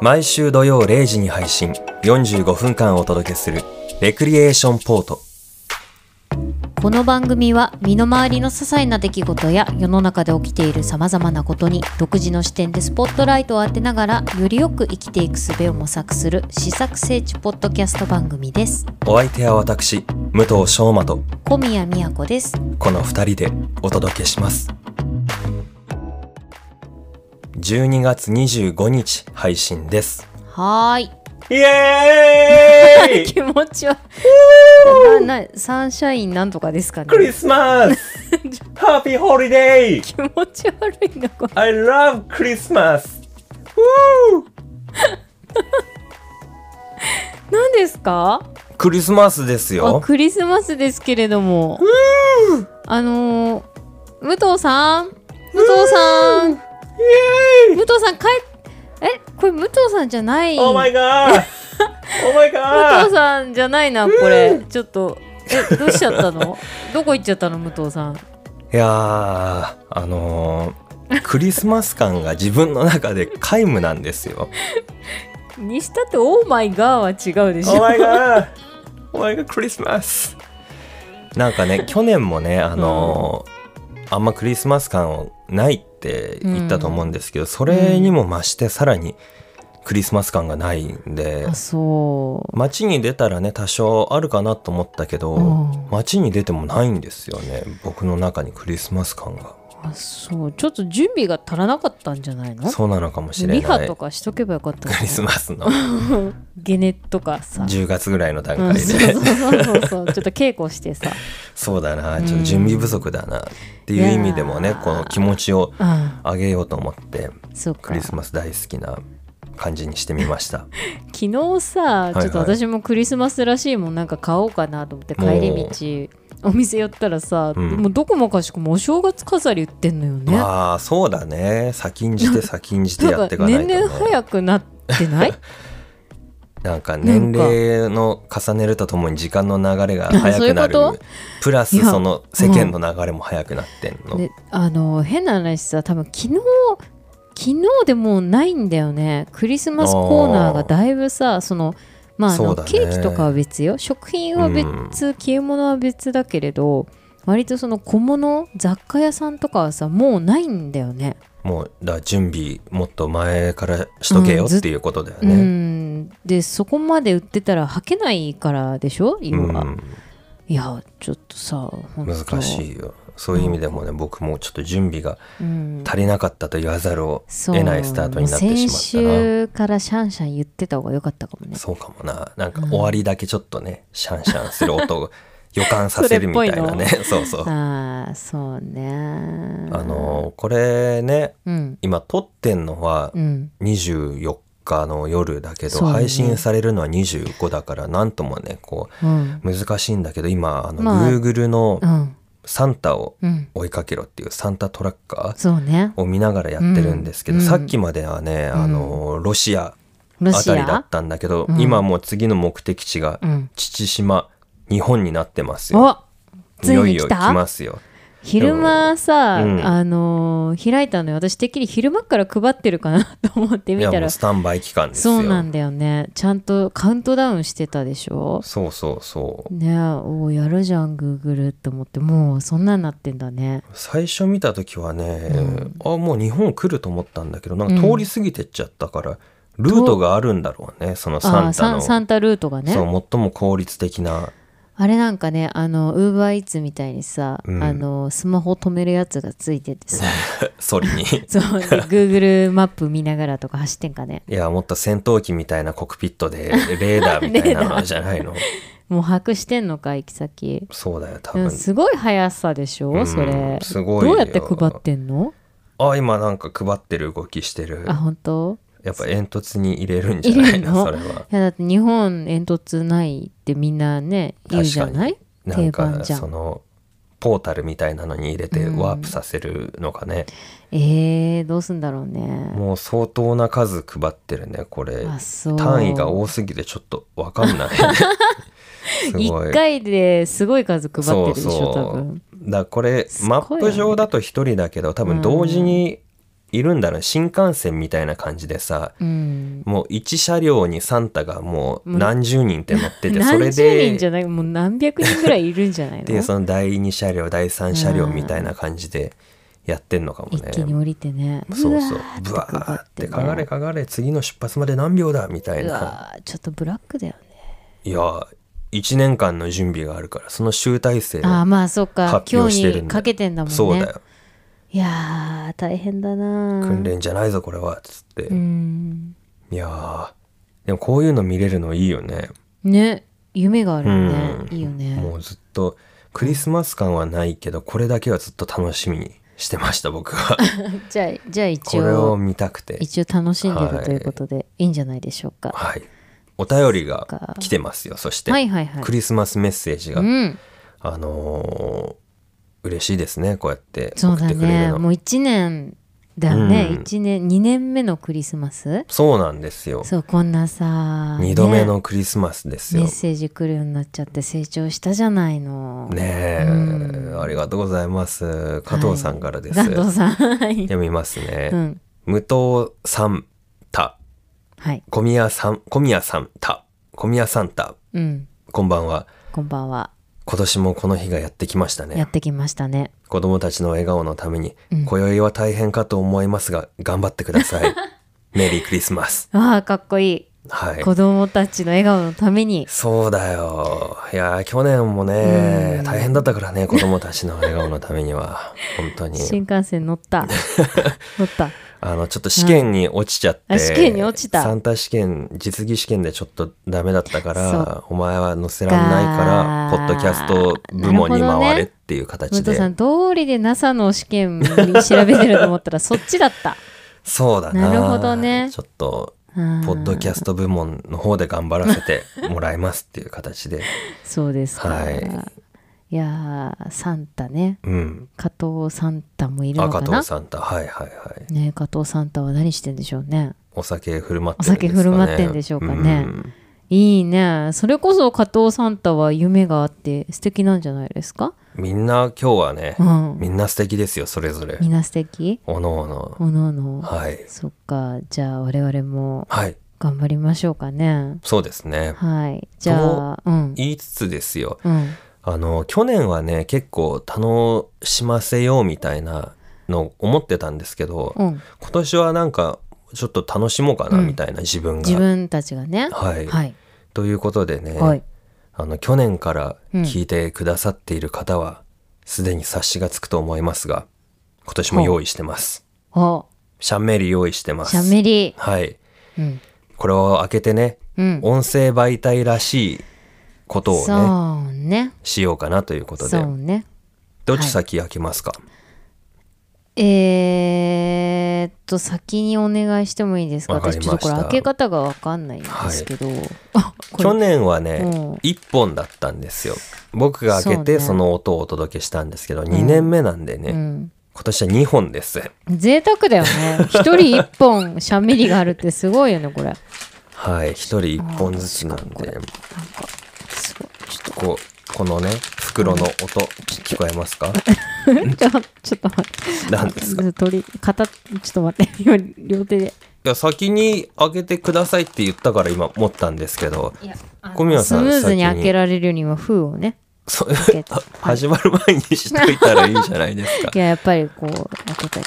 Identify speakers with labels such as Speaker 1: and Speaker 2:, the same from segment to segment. Speaker 1: 毎週土曜0時に配信45分間お届けするレクリエーションポート
Speaker 2: この番組は身の回りの些細な出来事や世の中で起きているさまざまなことに独自の視点でスポットライトを当てながらよりよく生きていく術を模索する試作聖地ポッドキャスト番組です
Speaker 1: お相手は私武藤翔馬と
Speaker 2: 小宮宮子です
Speaker 1: この2人でお届けします12月25日配信です
Speaker 2: はーい
Speaker 1: イエ
Speaker 2: 気持ちはななサンシャインなんとかですかね
Speaker 1: スマス ハッピーホリデー
Speaker 2: 気持ち悪いなこれ
Speaker 1: I love クリスマス
Speaker 2: 何ですか
Speaker 1: クリスマスです
Speaker 2: あ
Speaker 1: よ
Speaker 2: クリスマスですけれどもあのー、武藤さん武藤さん
Speaker 1: イエ
Speaker 2: 武藤さん帰っえこれ武藤さんじゃない
Speaker 1: ー Oh my god! Oh my
Speaker 2: 武
Speaker 1: god!
Speaker 2: 藤さんじゃないなこれちょっとえどうしちゃったの どこ行っちゃったの武藤さん
Speaker 1: いやー、あのー、クリスマス感が自分の中で皆無なんです よ。
Speaker 2: にしたって「オーマイガー」は違うでし
Speaker 1: Oh
Speaker 2: ょ
Speaker 1: my god! Oh my god, クリスマスなんかね、去年もね、あのー、あんまクリスマス感をないって言ったと思うんですけど、それにも増してさらにクリスマス感がないんで、
Speaker 2: あそう
Speaker 1: 街に出たらね多少あるかなと思ったけど、
Speaker 2: うん
Speaker 1: 街に出てもないんですよね僕の中にクリスマス感が
Speaker 2: あそうちょっと準備が足らなかったんじゃないの
Speaker 1: そうなのかもしれ
Speaker 2: リハ
Speaker 1: ない
Speaker 2: と
Speaker 1: ク
Speaker 2: かしとけばよかった
Speaker 1: リス
Speaker 2: マ
Speaker 1: マスの
Speaker 2: スゲネとかさ
Speaker 1: 10月ぐらいの段
Speaker 2: う
Speaker 1: 階
Speaker 2: ん、
Speaker 1: で、
Speaker 2: そうそうそうそうちょっと稽古してさ、
Speaker 1: そうだなちょっと準備不足だなっていう意味でも
Speaker 2: い
Speaker 1: ね
Speaker 2: やー
Speaker 1: この気持ちを
Speaker 2: うん、
Speaker 1: 上げようと思って
Speaker 2: そうか
Speaker 1: クリスマス大好きな感じにしてみま した
Speaker 2: 昨日さ
Speaker 1: いはい
Speaker 2: ちょっと私もクリスマスらしいもんなんか買おうかなと思って
Speaker 1: もう
Speaker 2: 帰り道お店寄ったらさ、
Speaker 1: うん
Speaker 2: もうどこもかしこもお正月飾り売ってんのよね。
Speaker 1: まあそうだね先んじ て先んじてやっていかないと、
Speaker 2: 年
Speaker 1: ね、
Speaker 2: 々早くなってない
Speaker 1: なんか年齢の重ねるとともに時間の流れが速くなる
Speaker 2: そういうこと
Speaker 1: プラ
Speaker 2: い
Speaker 1: ス
Speaker 2: や
Speaker 1: その世間の流れも速くなってんの、
Speaker 2: であの変な話さ多分昨日昨日でもうないんだよねクリスマスコーナーがだいぶさそのまああ
Speaker 1: そう
Speaker 2: の、
Speaker 1: だね
Speaker 2: ケーキとかは別よ食品は別、
Speaker 1: うん
Speaker 2: 消え物は別だけれど割とその小物雑貨屋さんとかはさもうないんだよね。
Speaker 1: もうだから準備もっと前からしとけよ
Speaker 2: うんずっ
Speaker 1: っていうことだよ
Speaker 2: う
Speaker 1: ね、
Speaker 2: んでそこまで売ってたら履けないからでしょ
Speaker 1: う
Speaker 2: 要
Speaker 1: ん
Speaker 2: は、いやちょっとさ本当
Speaker 1: 難し
Speaker 2: い、
Speaker 1: いよそういう意味でもね僕もちょっと準備が
Speaker 2: うん、
Speaker 1: 足りなかったと言わざるを
Speaker 2: そう
Speaker 1: 得ないスタートになってしまっ
Speaker 2: もう
Speaker 1: たな
Speaker 2: 先週からシャンシャン言ってた方が良かったかもね
Speaker 1: そうかもななんか終わりだけちょっとね、シャンシャンする音を予感させるみたいなねそうそうあ
Speaker 2: ああそうね
Speaker 1: のこれね
Speaker 2: うん
Speaker 1: 今撮ってんのは
Speaker 2: うん
Speaker 1: 24日の夜だけど、
Speaker 2: そうね
Speaker 1: 配信されるのは25だからなんともねこ
Speaker 2: うん
Speaker 1: う難しいんだけど今あの、
Speaker 2: まあ
Speaker 1: Google の
Speaker 2: うん
Speaker 1: サンタを
Speaker 2: うん
Speaker 1: 追いかけろっていうサンタトラッカー
Speaker 2: そうね
Speaker 1: を見ながらやってるんですけど、
Speaker 2: うん
Speaker 1: さっきまではね、あのロシア
Speaker 2: ロ
Speaker 1: あ
Speaker 2: シ
Speaker 1: たりだっ
Speaker 2: ア
Speaker 1: たんだけど、
Speaker 2: ん
Speaker 1: 今もう次の目的地が
Speaker 2: うん
Speaker 1: 父島、日本になってますよ。
Speaker 2: おつい
Speaker 1: よい
Speaker 2: に
Speaker 1: よ
Speaker 2: 来
Speaker 1: 来
Speaker 2: た
Speaker 1: ますよ。
Speaker 2: 昼間さ、
Speaker 1: うん
Speaker 2: あのー開いたのよ私てっきり昼間から配ってるかなと思って
Speaker 1: い
Speaker 2: み
Speaker 1: や
Speaker 2: た
Speaker 1: も
Speaker 2: ら
Speaker 1: うスタンバイ期間ですよ。
Speaker 2: そうなんだよねちゃんとカウントダウンしてたでしょ
Speaker 1: そうそうそう。
Speaker 2: ねえおおやるじゃんグーグルって思ってもうそんなんなってんだね
Speaker 1: 最初見た時はね、
Speaker 2: うん
Speaker 1: あもう日本来ると思ったんだけどなんか通り過ぎてっちゃったから、ルートがあるんだろうねその
Speaker 2: あ
Speaker 1: サ
Speaker 2: あ
Speaker 1: ンタ
Speaker 2: サ
Speaker 1: の
Speaker 2: ンサンタルートがね
Speaker 1: そう最も効率的な
Speaker 2: あれなんかねあのウーバーイーツみたいにさ、
Speaker 1: うん
Speaker 2: あのスマホ止めるやつがついててさ
Speaker 1: ソリにい
Speaker 2: そうで Google マップ見ながらとか走ってんかね
Speaker 1: やもっと戦闘機みたいなコックピット でレーダーみたいな
Speaker 2: レーダ
Speaker 1: の
Speaker 2: ー
Speaker 1: じゃないの
Speaker 2: もう把握してんのか行き先
Speaker 1: そうだよ多
Speaker 2: う
Speaker 1: 分
Speaker 2: んすごい速さでしょ、
Speaker 1: うん
Speaker 2: それ
Speaker 1: すごいよ
Speaker 2: どうやって配ってんの
Speaker 1: あ今なんか配ってる動きしてる
Speaker 2: あ本当
Speaker 1: やっぱ煙突に入れるんじゃないのそ
Speaker 2: 入
Speaker 1: れはい
Speaker 2: やだって日本煙突ないってみんなね言うじゃない
Speaker 1: なん
Speaker 2: 定
Speaker 1: か
Speaker 2: 番じゃ
Speaker 1: そ
Speaker 2: ん
Speaker 1: のポータルみたいなのに入れてワープさせるのがね、
Speaker 2: えー、どうすんだろうね
Speaker 1: もう相当な数配ってるねこれ
Speaker 2: あそう
Speaker 1: 単位が多すぎてちょっとわかん ない、 ね、すごい
Speaker 2: 1回ですごい数配ってるでし
Speaker 1: そ
Speaker 2: ょ
Speaker 1: うそう
Speaker 2: 多分
Speaker 1: だからこれ
Speaker 2: すごい
Speaker 1: マ
Speaker 2: よね
Speaker 1: ップ上だと1人だけど多分同時にいるんだろう新幹線みたいな感じでさ
Speaker 2: うん
Speaker 1: もう1車両にサンタがもう
Speaker 2: もう
Speaker 1: 何十人って乗っててそれ
Speaker 2: 何十人じ
Speaker 1: で
Speaker 2: ゃないもう何百人ぐらいいるんじゃないの
Speaker 1: でその第2車両第3車両みたいな感じでやってんのかも
Speaker 2: 一
Speaker 1: ね。
Speaker 2: 気に降りてね
Speaker 1: そうそうブ
Speaker 2: ブ
Speaker 1: ワ
Speaker 2: ワ
Speaker 1: ー
Speaker 2: ー
Speaker 1: っ
Speaker 2: ってて
Speaker 1: かがれかがれ次の出発まで何秒だみたいうな
Speaker 2: わーちょっとブラックだよね
Speaker 1: いや1年間の準備があるからその集大成を
Speaker 2: ああまあそうか
Speaker 1: 発
Speaker 2: 今
Speaker 1: 表し
Speaker 2: 日
Speaker 1: てるんだよ
Speaker 2: にかけてんだもんね
Speaker 1: そうだよ
Speaker 2: いやー大変だなー
Speaker 1: 訓練じゃないぞこれはつって、
Speaker 2: うん
Speaker 1: いやーでもこういうの見れるのいいよね
Speaker 2: ね夢があるよね、
Speaker 1: うん
Speaker 2: いいよね
Speaker 1: もうずっとクリスマス感はないけどこれだけはずっと楽しみにしてました僕は
Speaker 2: じゃあじゃあ
Speaker 1: こ
Speaker 2: 一
Speaker 1: れを
Speaker 2: 応
Speaker 1: 見たくて
Speaker 2: 一応楽しんで
Speaker 1: はい
Speaker 2: るということで、い、いんじゃないでしょうか
Speaker 1: はいお便りが
Speaker 2: そっか
Speaker 1: 来てますよそして、
Speaker 2: はいはいはい
Speaker 1: クリスマスメッセージが、
Speaker 2: うん
Speaker 1: あのー嬉しいですねこうやって
Speaker 2: そ
Speaker 1: 送
Speaker 2: う
Speaker 1: っ
Speaker 2: だ
Speaker 1: てくれる
Speaker 2: ね
Speaker 1: の
Speaker 2: もう1年だね、
Speaker 1: うん
Speaker 2: 一年2年目のクリスマス
Speaker 1: そうなんですよ
Speaker 2: そうこんなさ
Speaker 1: 二度目
Speaker 2: ね
Speaker 1: のクリスマスです
Speaker 2: メ
Speaker 1: よ
Speaker 2: ッセージ来るようになっちゃって成長したじゃないの
Speaker 1: ねえ、
Speaker 2: うん
Speaker 1: ありがとうございます加藤さんからです、
Speaker 2: ガンドさんはい、
Speaker 1: 読みますね、
Speaker 2: うん、
Speaker 1: 無糖さんた
Speaker 2: はい、
Speaker 1: 小宮さん小宮さんた小宮さんた
Speaker 2: うん、
Speaker 1: こんばんは
Speaker 2: こんばんは
Speaker 1: 今年もこの日がやってきました
Speaker 2: や
Speaker 1: ね
Speaker 2: ってきましたね
Speaker 1: 子供たちの笑顔のために、
Speaker 2: うん
Speaker 1: 今宵は大変かと思いますが頑張ってくださ いメリークリスマス
Speaker 2: あーかっこいい
Speaker 1: はい
Speaker 2: 子供たちの笑顔のために
Speaker 1: そうだよいやー去年もね
Speaker 2: うん
Speaker 1: 大変だったからね子供たちの笑顔のためには本当 に
Speaker 2: 新幹線乗った 乗った
Speaker 1: あの、ちょっと試験に落ちちゃって、
Speaker 2: うんあ試験に落ちた
Speaker 1: サンタ試験、実技試験でちょっとダメだったか
Speaker 2: そ
Speaker 1: ら、お前は載せらんないから、ポ
Speaker 2: か
Speaker 1: ッドキャスト部門に
Speaker 2: なるほどね
Speaker 1: 回れっていう
Speaker 2: 武
Speaker 1: 形
Speaker 2: 藤
Speaker 1: で。
Speaker 2: さん通りで NASA の試験に調べてると 思ったらそっちだった
Speaker 1: そうだな。
Speaker 2: なるほどね
Speaker 1: ちょっと、
Speaker 2: ポ
Speaker 1: ポッドキャ
Speaker 2: ス
Speaker 1: スト部門の方で頑張らせてもらいますっていう形で。
Speaker 2: トそうですか、
Speaker 1: はい
Speaker 2: い、やーサンタね
Speaker 1: うん。
Speaker 2: 加藤サンタもいるのか
Speaker 1: 赤
Speaker 2: な
Speaker 1: 藤サンタ、はいはいはい。
Speaker 2: ねえ加藤サンタは何してんでしょうね
Speaker 1: お酒振る舞ってるんですかね。
Speaker 2: お酒振る舞ってんでしょうかね
Speaker 1: ん
Speaker 2: いいねそれこそ加藤サンタは夢があって素敵なんじゃないですか
Speaker 1: みんな今日はね
Speaker 2: う、ん
Speaker 1: みんな素敵ですよ、それぞれ
Speaker 2: み。んな素敵
Speaker 1: おのおの。
Speaker 2: おのおの、
Speaker 1: はい。
Speaker 2: そっかじゃあ我々も
Speaker 1: はい。
Speaker 2: 頑張りましょうかね
Speaker 1: そうですね。
Speaker 2: はいじゃあうん
Speaker 1: 言いつつですよ
Speaker 2: うん
Speaker 1: あの去年はね結構楽しませようみたいなの思ってたんですけど、
Speaker 2: うん
Speaker 1: 今年はなんかちょっと楽しもうかな
Speaker 2: うん
Speaker 1: みたいな、自分が
Speaker 2: 自分たちがね
Speaker 1: はい、
Speaker 2: はい
Speaker 1: ということでね、
Speaker 2: はい
Speaker 1: あの去年から
Speaker 2: うん
Speaker 1: 聞いてくださっている方は、すでに察しがつくと思いますが今年も用意してます
Speaker 2: お
Speaker 1: シャンメリ用意してます
Speaker 2: しゃべり
Speaker 1: はい
Speaker 2: うん
Speaker 1: これを開けてね
Speaker 2: うん
Speaker 1: 音声媒体らしいことをね
Speaker 2: そうね
Speaker 1: しようかなということで
Speaker 2: そうね
Speaker 1: どっち先開けますか、
Speaker 2: えーっと先にお願いしてもいいですか
Speaker 1: わかり
Speaker 2: 私
Speaker 1: ました
Speaker 2: ちょっとこれ開け方がわかんないんですけど、あ これ
Speaker 1: 去年はね、
Speaker 2: うん
Speaker 1: 1本だったんですよ僕が開けて
Speaker 2: そうね
Speaker 1: その音をお届けしたんですけど、2年目なんでね、
Speaker 2: うん
Speaker 1: 今年は2本です
Speaker 2: 贅沢だよね一人一本しゃべりがあるってすごいよねこ れなんか
Speaker 1: はい1人1本ずつなん
Speaker 2: あー確
Speaker 1: です
Speaker 2: ごいちょっ
Speaker 1: こうこのね袋の音聞こえますか
Speaker 2: とちょちょっと待って
Speaker 1: 何ですかい
Speaker 2: 鳥片ちょっと待って今両手で
Speaker 1: や先に開けてくださいって言ったから今持ったんですけど
Speaker 2: いやあの
Speaker 1: 小宮
Speaker 2: ス
Speaker 1: さん
Speaker 2: ムーズに
Speaker 1: 先に
Speaker 2: 開けられるには封をね
Speaker 1: そ
Speaker 2: 開け て
Speaker 1: 始まる前にしといたらいいじゃないですか
Speaker 2: いややっぱりこう開けた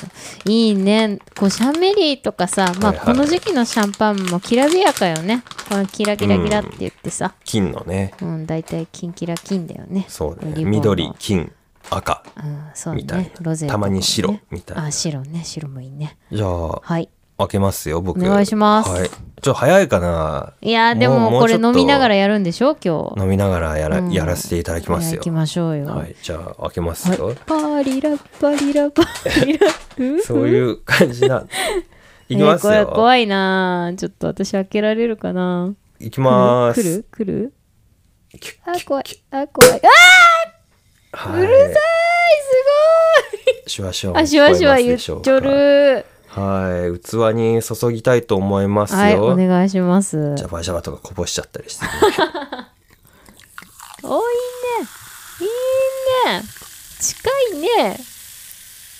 Speaker 2: りいいねこうシャンメリーとかさ、まあ、
Speaker 1: はいはい
Speaker 2: この時期のシャンパンもきらびやかよねこのキラキラキラって言ってさ、
Speaker 1: 金のね
Speaker 2: うん大体金キラ金だよね
Speaker 1: そう
Speaker 2: リボ
Speaker 1: ね
Speaker 2: ンの
Speaker 1: 緑金赤
Speaker 2: うんそう
Speaker 1: みたい
Speaker 2: ね
Speaker 1: な、
Speaker 2: ロゼと
Speaker 1: た
Speaker 2: かも
Speaker 1: ま
Speaker 2: ね
Speaker 1: に白みたいな
Speaker 2: あ白ね白もいいね
Speaker 1: じゃあ
Speaker 2: はい
Speaker 1: 開けますよ僕
Speaker 2: お願いします
Speaker 1: はい、ちょっと早いかない
Speaker 2: やーでも
Speaker 1: もう
Speaker 2: これ飲みながら
Speaker 1: も
Speaker 2: やるんでしょ今
Speaker 1: うちょっと飲みながらやら,、
Speaker 2: うん
Speaker 1: やらせていただき
Speaker 2: 日
Speaker 1: ます
Speaker 2: い
Speaker 1: よ
Speaker 2: きましょうよ、
Speaker 1: はいじゃあ開けますよ、
Speaker 2: はいパリラパリラパリラ
Speaker 1: そういう感じ ないき
Speaker 2: えー
Speaker 1: ます
Speaker 2: これ
Speaker 1: よ、
Speaker 2: 怖いなーちょっと私開けられるかない
Speaker 1: きまーす
Speaker 2: 来る来る
Speaker 1: キュッ
Speaker 2: あ怖いあ怖いあー
Speaker 1: はいうるさ
Speaker 2: すごい
Speaker 1: いシュワシュワ
Speaker 2: あ、シュワシュワ言っ
Speaker 1: 聞こ
Speaker 2: ちょ
Speaker 1: えますでしょう
Speaker 2: る。
Speaker 1: かはい器に注ぎたいと思いますよ、
Speaker 2: はい、お願いします。
Speaker 1: ジャバジャバとかこぼしちゃったりしてね、
Speaker 2: おいいね。いいね。近いね。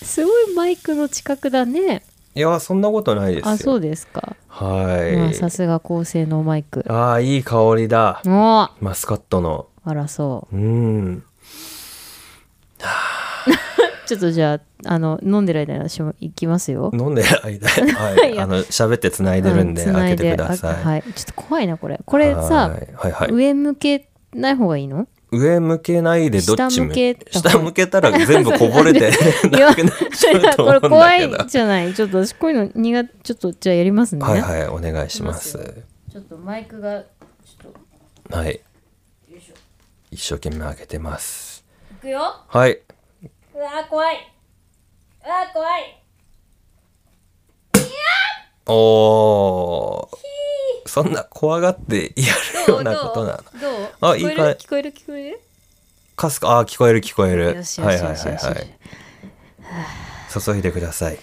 Speaker 2: すごいマイクの近くだね。
Speaker 1: いやそんなことないですよ
Speaker 2: あそうですか、
Speaker 1: はい、
Speaker 2: まあさすが高性能マイク
Speaker 1: ああいい香りだ
Speaker 2: おー
Speaker 1: マスカットの
Speaker 2: あらそ
Speaker 1: うん
Speaker 2: うちょっとじゃああの飲んでる間に私も行きますよ
Speaker 1: 飲んでる 間はいあの喋ってつないでるんで
Speaker 2: う繋
Speaker 1: 開けてください、
Speaker 2: あはい、ちょっと怖いなこれこれさ
Speaker 1: はいはいはい
Speaker 2: 上向けない方がいいの
Speaker 1: 上向けないでどっち向け
Speaker 2: 下向けた方
Speaker 1: 下向けたら全部こぼれて
Speaker 2: いや
Speaker 1: なくなっちゃ うと思うんだけど
Speaker 2: これ怖いじゃないちょっと私こういうの苦手ちょっとじゃあやりますね、
Speaker 1: はいはいお願いします
Speaker 2: いちょっとマイクがちょっと
Speaker 1: はい
Speaker 2: よいしょ
Speaker 1: 一生懸命開けてます
Speaker 2: いくよ
Speaker 1: はい、
Speaker 2: うわー怖いうわー怖い
Speaker 1: おおーそんな怖がってやるようなことなの
Speaker 2: どう
Speaker 1: あ
Speaker 2: 聞こえる
Speaker 1: いい
Speaker 2: 聞こえる聞こえる
Speaker 1: かすかあー聞こえる聞こえるはい
Speaker 2: よしよ
Speaker 1: は
Speaker 2: し
Speaker 1: いはい
Speaker 2: よしよしよし
Speaker 1: はい注いでください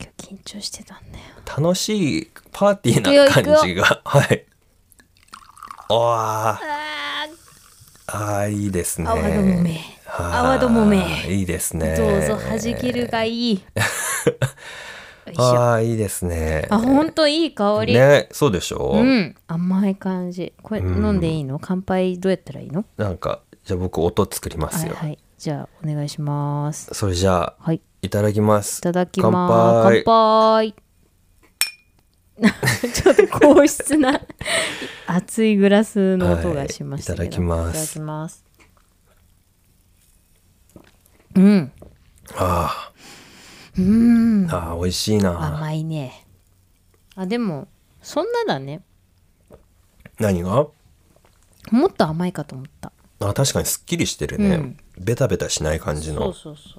Speaker 2: 今日緊張してたんだよ
Speaker 1: 楽しいパーティー
Speaker 2: い
Speaker 1: な
Speaker 2: くよ
Speaker 1: 感じがはいおあ
Speaker 2: あ
Speaker 1: あーいいですね
Speaker 2: あわどもめ
Speaker 1: は
Speaker 2: 泡どもめ
Speaker 1: いいですね
Speaker 2: どうぞ弾ける がいいよいしょ
Speaker 1: ああいいですね
Speaker 2: あほんといい香り、
Speaker 1: ねそうでしょ、
Speaker 2: うん甘い感じこれ
Speaker 1: うん
Speaker 2: 飲んでいいの乾杯どうやったらいいの
Speaker 1: なんかじゃあ僕音作りま
Speaker 2: は
Speaker 1: す
Speaker 2: い
Speaker 1: よ、
Speaker 2: はいじゃあお願いします
Speaker 1: それじゃあ
Speaker 2: はいい
Speaker 1: いただきます
Speaker 2: ただきま
Speaker 1: 乾杯
Speaker 2: す乾杯 ちょっと硬質な 熱いグラスの音がしましたけど、
Speaker 1: はいいただきます
Speaker 2: いただきますうん
Speaker 1: あ
Speaker 2: うん
Speaker 1: ーあー美味しいな
Speaker 2: 甘いねあでもそんなだね
Speaker 1: 何が
Speaker 2: もっと甘いかと思った
Speaker 1: あ確かにすっきりしてるね、
Speaker 2: うん
Speaker 1: ベタベタしない感じ
Speaker 2: そう
Speaker 1: の
Speaker 2: そうそ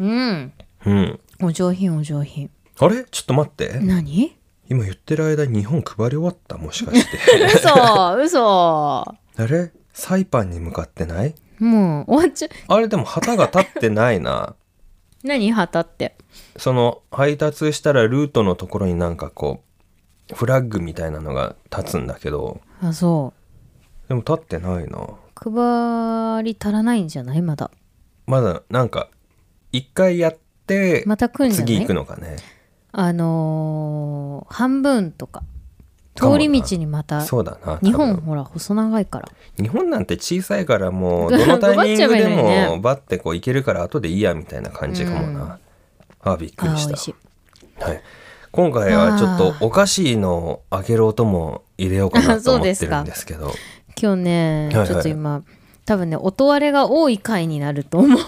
Speaker 2: ううん
Speaker 1: うん
Speaker 2: お上品お上品
Speaker 1: あれちょっと待って
Speaker 2: 何
Speaker 1: 今言ってる間に日本配り終わったもしかして
Speaker 2: 嘘嘘
Speaker 1: あれサイパンに向かってない
Speaker 2: もう終わっちゃう
Speaker 1: あれでも旗が立ってないな
Speaker 2: 何旗って
Speaker 1: その配達したらルートのところになんかこうフラッグみたいなのが立つんだけど
Speaker 2: あそ
Speaker 1: でも立ってないな
Speaker 2: う配り足らないんじゃないまだ
Speaker 1: まだなんか一回やって
Speaker 2: また来んじゃない
Speaker 1: 次行くのかね
Speaker 2: あのー半分とか
Speaker 1: かもな
Speaker 2: 通り道にまた
Speaker 1: そうだな多分
Speaker 2: 日本ほら細長いから
Speaker 1: 日本なんて小さいから もうどのタイミングで
Speaker 2: 配っちゃえばいいのに
Speaker 1: もバッてこう行けるから後でいいやみたいな感じかもな、あーびっく
Speaker 2: あ
Speaker 1: り
Speaker 2: ー
Speaker 1: し
Speaker 2: 美
Speaker 1: た
Speaker 2: 味しい
Speaker 1: はい、今回はちょっとお菓子の開ける音も入れようかなと思ってるんですけ ど
Speaker 2: 今日ね、
Speaker 1: はいはい
Speaker 2: ちょっと今多分ね音割れが多い回になると 思う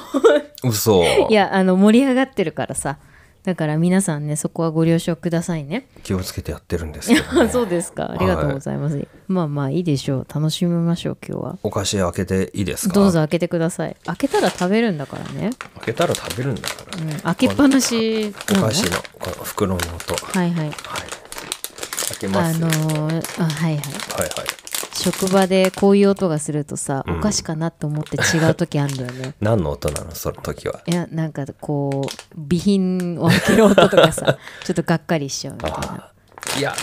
Speaker 1: 嘘
Speaker 2: いやあの盛り上がってるからさだから皆さんねそこはご了承くださいね
Speaker 1: 気をつけてやってるんですけど、ね、
Speaker 2: そうですかありがとうございます、まあまあいいでしょう楽しみましょう今日は
Speaker 1: お菓子開けていいですか
Speaker 2: どうぞ開けてください開けたら食べるんだからね、
Speaker 1: 開けたら食べるんだから、
Speaker 2: うん、開けっぱなし
Speaker 1: お
Speaker 2: なの
Speaker 1: 菓子のこの袋の音はい
Speaker 2: はいはい
Speaker 1: 開けま
Speaker 2: あ
Speaker 1: す、
Speaker 2: の
Speaker 1: はい
Speaker 2: ーあは
Speaker 1: は
Speaker 2: いはい
Speaker 1: い
Speaker 2: 職場でこういう音がするとさ、
Speaker 1: うん
Speaker 2: お菓子かなと思って違う時あんだよね
Speaker 1: 何の音なのその時はい
Speaker 2: やなんかこう備品を開ける音とかさちょっとがっかりしちゃうみたいな
Speaker 1: あーいや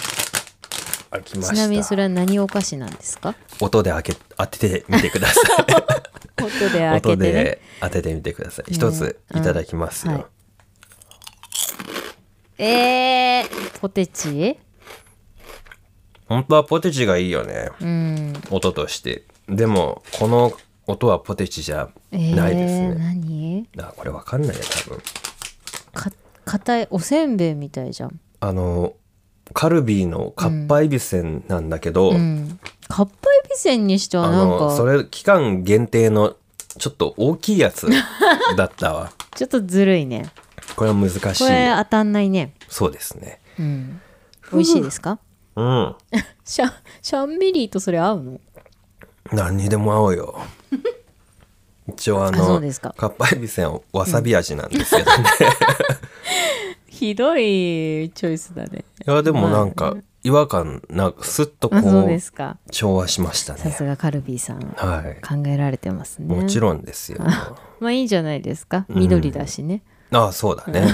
Speaker 1: 開きました
Speaker 2: ちなみにそれは何お菓子なんですか
Speaker 1: 音で開け当ててみてください
Speaker 2: 音で 開けて
Speaker 1: 音
Speaker 2: ね
Speaker 1: で当ててみてください一ついただきますよ、
Speaker 2: うんはいえー、ポテチ
Speaker 1: 本当はポテチがいいよね
Speaker 2: うん
Speaker 1: 音としてでもこの音はポテチじゃないです
Speaker 2: え
Speaker 1: ね、
Speaker 2: ー、何
Speaker 1: あこれわかんないや多分
Speaker 2: か硬いおせんべいみたいじゃん、
Speaker 1: あのカルビーのカッパエビせんなんだけど、
Speaker 2: うん、かっぱえびせんにしては
Speaker 1: あ
Speaker 2: なん
Speaker 1: のそ
Speaker 2: か
Speaker 1: れ期間限定のちょっと大きいや つだったわ
Speaker 2: ちょっとずるいね
Speaker 1: これは難しい
Speaker 2: これ当たんないね、
Speaker 1: そうですね
Speaker 2: うん、美味しいですか
Speaker 1: うん
Speaker 2: シャシャンメリーとそれ合うの
Speaker 1: 何にでも合うよ一応あ
Speaker 2: あそ
Speaker 1: の
Speaker 2: うですか
Speaker 1: かっぱえびせんはわさび味なんですけどね、
Speaker 2: ひどいチョイスだね
Speaker 1: いやでもなんか違和感なくスッとこ
Speaker 2: あそうで
Speaker 1: う
Speaker 2: すか
Speaker 1: 調和しました
Speaker 2: さ
Speaker 1: ね
Speaker 2: すがカルビーさん
Speaker 1: はい
Speaker 2: 考えられてますね
Speaker 1: もち
Speaker 2: ん
Speaker 1: ろんですよ。
Speaker 2: まあいいんじゃないですか
Speaker 1: うん
Speaker 2: 緑だしね、
Speaker 1: ああそうだね。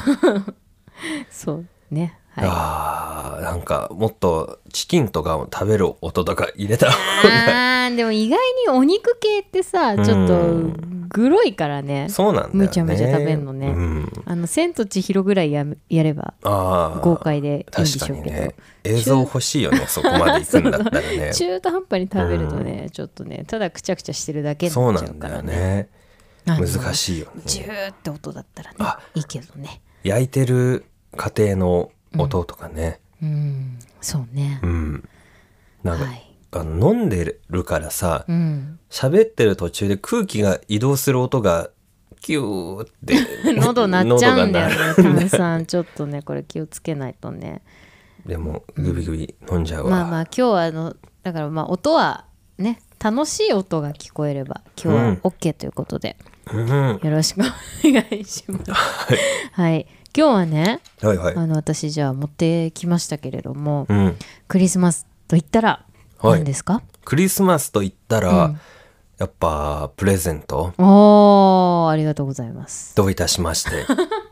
Speaker 2: そうねはい
Speaker 1: ああなんかもっとチキンとかを食べる音とか入れた。
Speaker 2: あーでも意外にお肉系ってさちょっと
Speaker 1: う
Speaker 2: グロいからね
Speaker 1: そうなんだよね
Speaker 2: むちゃむちゃ食べんのね
Speaker 1: うん、
Speaker 2: あの「千と千尋」ぐらいやめやれば
Speaker 1: ああ
Speaker 2: 豪快でいいんで
Speaker 1: 確か
Speaker 2: しょう
Speaker 1: に
Speaker 2: けど、
Speaker 1: ね映像欲しいよねそこまで行くんだったらね
Speaker 2: 中途半端に食べるとね、ちょっとねただくちゃくちゃしてるだけに
Speaker 1: そ
Speaker 2: な
Speaker 1: うな
Speaker 2: っちゃうんか
Speaker 1: だ
Speaker 2: ら
Speaker 1: よ
Speaker 2: ね
Speaker 1: ね
Speaker 2: あの
Speaker 1: 難しいよね
Speaker 2: ジューって音だったらね
Speaker 1: あ
Speaker 2: いいけどね
Speaker 1: 焼いてる家庭の音とかね
Speaker 2: うんそうね
Speaker 1: う、んなんか、
Speaker 2: はい
Speaker 1: あの飲んでるからさ
Speaker 2: うん、
Speaker 1: 喋ってる途中で空気が移動する音がキューって
Speaker 2: 喉鳴っちゃうんだ
Speaker 1: 喉が鳴
Speaker 2: よ
Speaker 1: る
Speaker 2: ね炭酸ちょっとねこれ気をつけないとね
Speaker 1: でもグビグビ飲んじゃうわ、
Speaker 2: まあまあ今日はあのだからまあ音はね楽しい音が聞こえれば今
Speaker 1: うん
Speaker 2: 日は OK ということで、
Speaker 1: うん
Speaker 2: よろしくお願いします。はい、今日はね
Speaker 1: はいはい
Speaker 2: あの私じゃあ持ってきましたけれども、
Speaker 1: うん
Speaker 2: クリスマスと言ったら
Speaker 1: はい
Speaker 2: 何ですか、
Speaker 1: クリスマスと言ったら、
Speaker 2: うん
Speaker 1: やっぱプレゼント
Speaker 2: おーありがとうございます。
Speaker 1: どういたしまして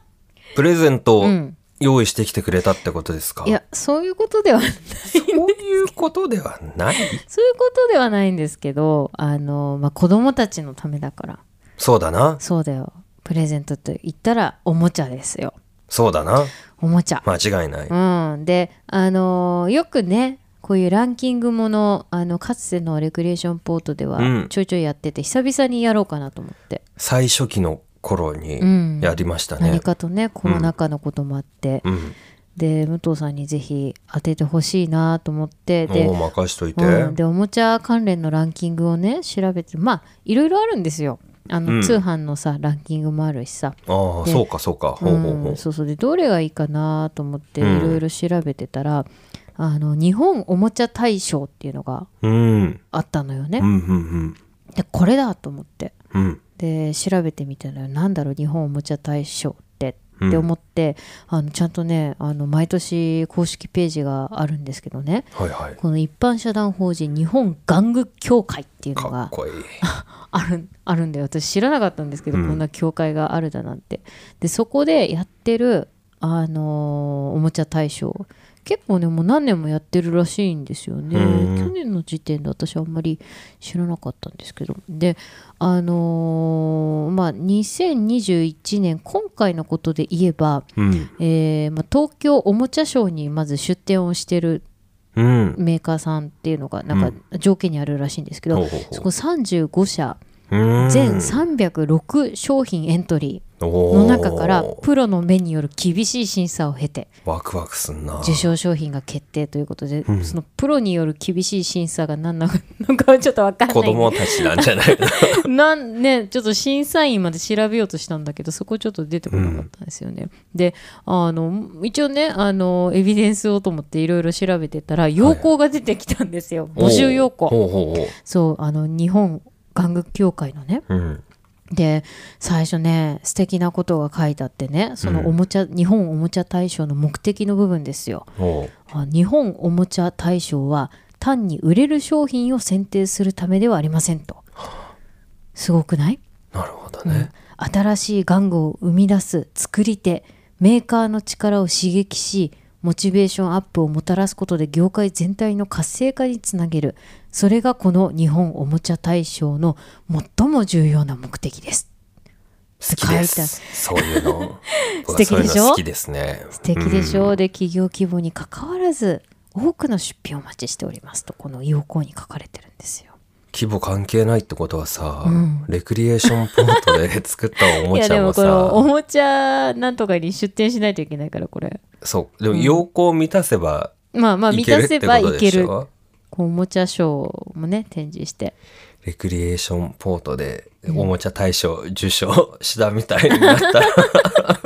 Speaker 1: プレゼントを
Speaker 2: うん
Speaker 1: 用意してきてくれたってことですか、
Speaker 2: いやそういう ことではそういう
Speaker 1: そういうことではない
Speaker 2: ことではないんですけどあの、まあ、子供たちのためだから
Speaker 1: そうだな
Speaker 2: そうだよプレゼントと言ったらおもちゃですよ
Speaker 1: そうだな
Speaker 2: おもちゃ。
Speaker 1: 間違いない、
Speaker 2: うん、で、あのーよくねこういうランキングものあのかつてのレクリエーションポートでは
Speaker 1: うん
Speaker 2: ちょいちょいやってて、久々にやろうかなと思って、
Speaker 1: 最初期の頃
Speaker 2: うん
Speaker 1: にやりましたね
Speaker 2: 何、かとねコロナ禍のこともあって、
Speaker 1: うん、
Speaker 2: で武藤さんにぜひ当ててほしいなと思って
Speaker 1: もう
Speaker 2: で,、
Speaker 1: 任しといて、
Speaker 2: うん、でおもちゃ関連のランキングをね調べてまあいろいろあるんですよあの、
Speaker 1: うん
Speaker 2: 通販のさランキングもあるしさ、
Speaker 1: ああ
Speaker 2: で
Speaker 1: そうかそうかほうほうほ
Speaker 2: う、
Speaker 1: うん
Speaker 2: そうそうでどれがいいかなと思ってい
Speaker 1: うん
Speaker 2: ろいろ調べてたら、あの日本おもちゃ大賞っていうのが
Speaker 1: うん
Speaker 2: あったのよね、
Speaker 1: うんうん
Speaker 2: でこれだと思って
Speaker 1: うんうん
Speaker 2: で調べてみたらなんだろう日本おもちゃ大賞って
Speaker 1: うん
Speaker 2: って思って、あのちゃんとねあの毎年公式ページがあるんですけどね
Speaker 1: はいはい
Speaker 2: この一般社団法人日本玩具協会っていうの
Speaker 1: かっ
Speaker 2: が
Speaker 1: こいい
Speaker 2: あるあるんだよ私知らなかったんですけど、
Speaker 1: うん
Speaker 2: こんな協会があるだなんてでそこでやってる、あのーおもちゃ大賞結構ねもう何年もやってるらしいんですよね
Speaker 1: うん
Speaker 2: 去年の時点で私あんまり知らなかったんですけどであのーまあ2021年今回のことで言えば、
Speaker 1: うん
Speaker 2: えーまあ、東京おもちゃショーにまず出展をしてる
Speaker 1: うん
Speaker 2: メーカーさんっていうのがなんか条件にあるらしいんですけど、
Speaker 1: ほうほうほう
Speaker 2: そこ35社
Speaker 1: うん
Speaker 2: 全306商品エントリー
Speaker 1: の
Speaker 2: の中からプロの目による厳しい審査を経て
Speaker 1: ワクワクすんな
Speaker 2: 受賞商品が決定ということで、
Speaker 1: ん
Speaker 2: そのプロによる厳しい審査が何なのかはちょっと分かんない
Speaker 1: 子供たちなんじゃないの
Speaker 2: なんねちょっと審査員まで調べようとしたんだけどそこちょっと出てこなかったんですよね、であの一応ねあのエビデンスをと思っていろいろ調べてたら要項が出てきたんですよ、募集要項
Speaker 1: ほうほうほ
Speaker 2: そうあの日本玩具協会のね、
Speaker 1: ううん
Speaker 2: で最初ね素敵なことが書いてあってねそのおもちゃ、日本おもちゃ大賞の目的の部分ですよ
Speaker 1: ほう
Speaker 2: あ日本おもちゃ大賞は単に売れる商品を選定するためではありませんとすごくない
Speaker 1: なるほどね
Speaker 2: 新しい玩具を生み出す作り手メーカーの力を刺激しモチベーションアップをもたらすことで業界全体の活性化につなげるそれがこの日本おもちゃ大賞の最も重要な目的です
Speaker 1: 好きで
Speaker 2: 書いてある
Speaker 1: すそういう の
Speaker 2: 素敵でしょ
Speaker 1: 僕はそういうの好きですね
Speaker 2: 素敵でしょう、で企業規模にかかわらず多くの出品をお待ちしておりますとこの要項に書かれてるんですよ。
Speaker 1: 規模関係ないってことはさ、レクリエーションポートで作ったお
Speaker 2: い
Speaker 1: も
Speaker 2: や
Speaker 1: ち
Speaker 2: で
Speaker 1: ゃ
Speaker 2: も
Speaker 1: も
Speaker 2: このお
Speaker 1: さ
Speaker 2: もちゃなんとかに出店しないといけないからこれ
Speaker 1: そうでも要項を満たせば
Speaker 2: まあまあ
Speaker 1: い
Speaker 2: 満
Speaker 1: ける
Speaker 2: た
Speaker 1: って
Speaker 2: せ
Speaker 1: こ
Speaker 2: ばい
Speaker 1: とで
Speaker 2: け
Speaker 1: し
Speaker 2: る
Speaker 1: ょ
Speaker 2: こうおもちゃショーもね展 示して
Speaker 1: レクリエーションポートでおもちゃ大賞受賞したみたいになったら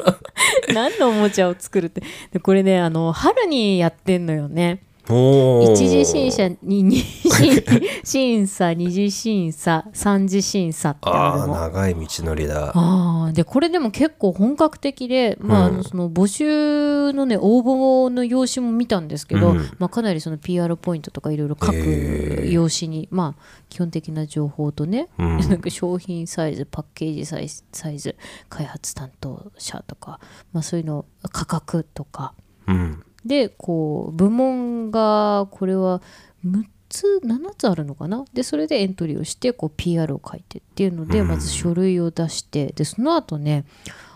Speaker 2: 何のおもちゃを作るってでこれねあの春にやってんのよね
Speaker 1: おー
Speaker 2: 一次審査に二次審査二次審査三次審査ってあ
Speaker 1: あ
Speaker 2: る
Speaker 1: あ
Speaker 2: の
Speaker 1: 長い道のりだ
Speaker 2: あーでこれでも結構本格的で、まああのその募集のね応募の用紙も見たんですけど、
Speaker 1: うん
Speaker 2: まあ、かなりその PR ポイントとかいろいろ書く
Speaker 1: へー
Speaker 2: 用紙に、まあ、基本的な情報とね、
Speaker 1: うん
Speaker 2: なんか商品サイズパッケージサイズサイズ開発担当者とか、まあ、そういうの価格とか
Speaker 1: うん
Speaker 2: でこう部門がこれは6つ7つあるのかなでそれでエントリーをしてこう PR を書いてっていうので
Speaker 1: うん
Speaker 2: まず書類を出して、でその後ね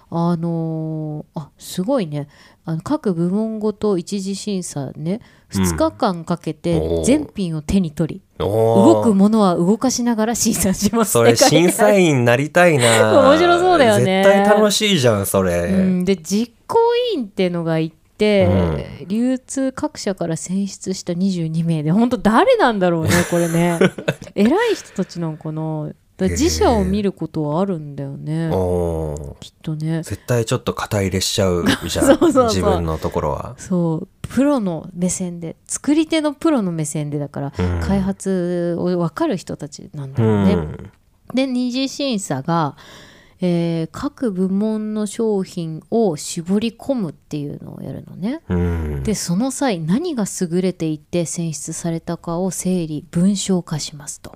Speaker 2: あのーあすごいねあの各部門ごと一次審査ね
Speaker 1: うん
Speaker 2: 2日間かけ
Speaker 1: お
Speaker 2: て
Speaker 1: ー
Speaker 2: 全品を手に取り、動
Speaker 1: 動
Speaker 2: くものは動かしながら審査します
Speaker 1: それ
Speaker 2: って書いてある
Speaker 1: 審査員になりたいな
Speaker 2: 面白そうだよね
Speaker 1: 絶対楽しいじゃんそれ、
Speaker 2: うん、で実行委員っていうのがいて、流通各社から選出した22名で本当誰なんだろう ねこれね偉い人たちなんかなだから自社を見ることはあるんだよね、
Speaker 1: おー
Speaker 2: きっとね
Speaker 1: 絶対ちょっと肩入れしちゃうじゃん
Speaker 2: そうそうそう
Speaker 1: 自分のところは
Speaker 2: そうプロの目線で作り手のプロの目線でだから、
Speaker 1: うん
Speaker 2: 開発を分かる人たちなんだよね、
Speaker 1: うん
Speaker 2: で二次審査が、えー各部門の商品を絞り込むっていうのをやるのね、
Speaker 1: うん
Speaker 2: でその際何が優れていて選出されたかを整理文章化しますと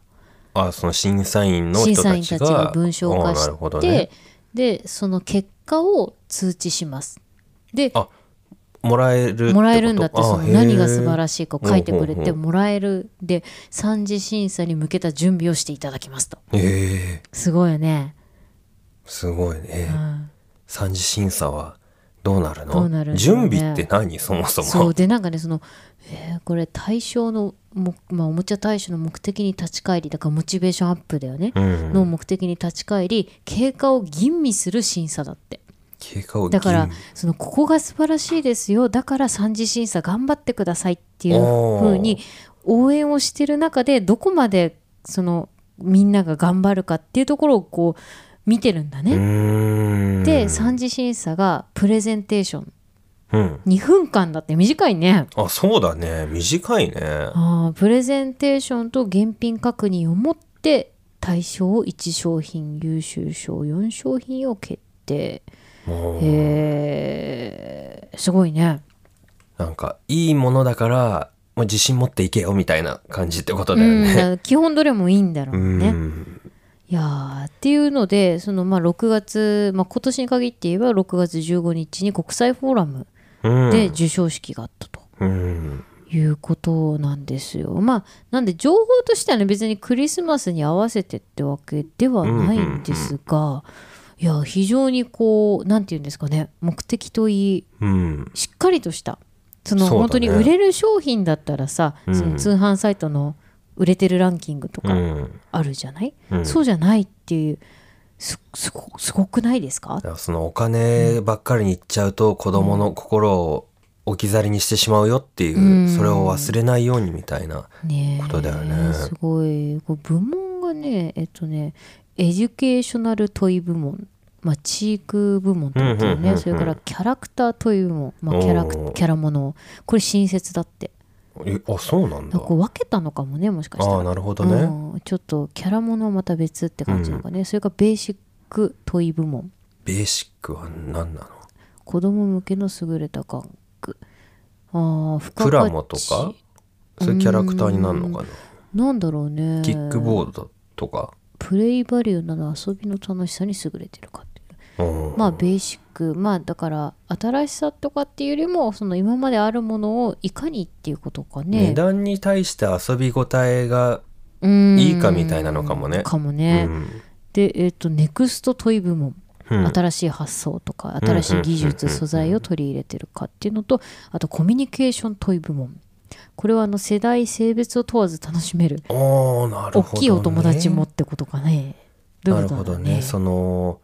Speaker 1: あその審査員の
Speaker 2: 審
Speaker 1: 人
Speaker 2: 査
Speaker 1: た
Speaker 2: 員
Speaker 1: ち
Speaker 2: た
Speaker 1: が
Speaker 2: ちが文章化
Speaker 1: おーな
Speaker 2: し
Speaker 1: るほど
Speaker 2: て、
Speaker 1: ね
Speaker 2: でその結果を通知しますで
Speaker 1: あもらえるってこと
Speaker 2: もらえるんだってその何が
Speaker 1: し
Speaker 2: 素晴
Speaker 1: い
Speaker 2: らしいかを書いてくれ
Speaker 1: ほうほ
Speaker 2: て
Speaker 1: うほう
Speaker 2: もらえるで三次審査に向けた準備をしていただきますと
Speaker 1: え
Speaker 2: すごいよね、
Speaker 1: ー、すごいね
Speaker 2: う、ん
Speaker 1: 三次審査はどうなるの
Speaker 2: どうなるんだろうね
Speaker 1: 準備って何そもそも
Speaker 2: そうでなんかねその、えーこれ対象のも、まあ、おもちゃ対象の目的に立ち返りだからモチベーションアップだよね、
Speaker 1: うん
Speaker 2: の目的に立ち返り経過を吟味する審査だって
Speaker 1: 経過を
Speaker 2: だから
Speaker 1: 吟味
Speaker 2: そのここが素晴らしいですよだから三次審査頑張ってくださいっていうふうに応援をしてる中でどこまでそのみんなが頑張るかっていうところをこう見てるんだ
Speaker 1: う
Speaker 2: ね。
Speaker 1: ーん
Speaker 2: で三次審査がプレゼンテーション
Speaker 1: うん
Speaker 2: 2分間だって短いね。
Speaker 1: あそうだね短いね
Speaker 2: あープレゼンテーションと現品確認をもって対象を1商品優秀賞4商品を決定
Speaker 1: もう
Speaker 2: へーすごいね
Speaker 1: なんかいいものだからもう自信持っていけよみたいな感じってことだよ
Speaker 2: うんだか
Speaker 1: ね。
Speaker 2: ら基本どれもいいんだろ
Speaker 1: う
Speaker 2: うんね、いやーっていうのでそのまあ6月、まあ、今年に限って言えば6月15日に国際フォーラム
Speaker 1: うん
Speaker 2: で授賞式があったと。
Speaker 1: うん
Speaker 2: いうことなんですよ。まあなんで情報としてはね別にクリスマスに合わせてってわけではないんですが、いや非常にこうなんて言うんですかね目的といい
Speaker 1: うん
Speaker 2: しっかりとしたそ
Speaker 1: そ
Speaker 2: の
Speaker 1: うだね
Speaker 2: 本当に売れる商品だったらさそ、
Speaker 1: うん
Speaker 2: の通販サイトの売れてるランキングと
Speaker 1: う
Speaker 2: か
Speaker 1: ん
Speaker 2: あるじゃない、
Speaker 1: うん
Speaker 2: そうじゃないっていうすすごすごくないですか
Speaker 1: だからそのお金ばっかりにいっちゃうと子供の心を置き去りにしてしまうよっていう、
Speaker 2: うん
Speaker 1: それを忘れないようにみたいな。
Speaker 2: ねえ
Speaker 1: ことだよね
Speaker 2: すごいこう部門がねえっとねエデュケーショナルトイ部門まあチーク部門ってことだ
Speaker 1: う
Speaker 2: よね、
Speaker 1: んうんうんうん
Speaker 2: それからキャラクタートイ部門、まあ、キャラク
Speaker 1: おー
Speaker 2: キャラものこれ新設だって
Speaker 1: えあそうなん
Speaker 2: だ
Speaker 1: だ。
Speaker 2: からこう分けたのかもねもしかしたら
Speaker 1: ああなるほどね。
Speaker 2: うんちょっとキャラものはまた別って感じなのかね、それからベーシックトイ部門
Speaker 1: ベーシックは何なの
Speaker 2: 子供向けの優れた玩具あー付加価値
Speaker 1: プラモとかそういうキャラクターになるのかな、
Speaker 2: なんだろうね
Speaker 1: キックボードとか。
Speaker 2: プレイバリューなど遊びの楽しさに優れてるかっていう
Speaker 1: うん
Speaker 2: まあベーシックまあだから新しさとかっていうよりもその今まであるものをいかにっていうことかね
Speaker 1: 値段に対して遊び応えが
Speaker 2: うん
Speaker 1: いいかみたいなのかもね
Speaker 2: かもね、
Speaker 1: うん
Speaker 2: でえっ、とネクストトイ部門
Speaker 1: うん
Speaker 2: 新しい発想とか
Speaker 1: うん
Speaker 2: 新しい技
Speaker 1: う
Speaker 2: 術
Speaker 1: んうんうん
Speaker 2: 素材を取り入れてるかっていうのとあとコミュニケーション問い部門これはあの世代性別を問わず楽しめる
Speaker 1: おーなるほ
Speaker 2: 大
Speaker 1: ど、ね、
Speaker 2: きいお友達もってことかねどう
Speaker 1: ないる
Speaker 2: うこ
Speaker 1: ほど
Speaker 2: とだろう
Speaker 1: ねその、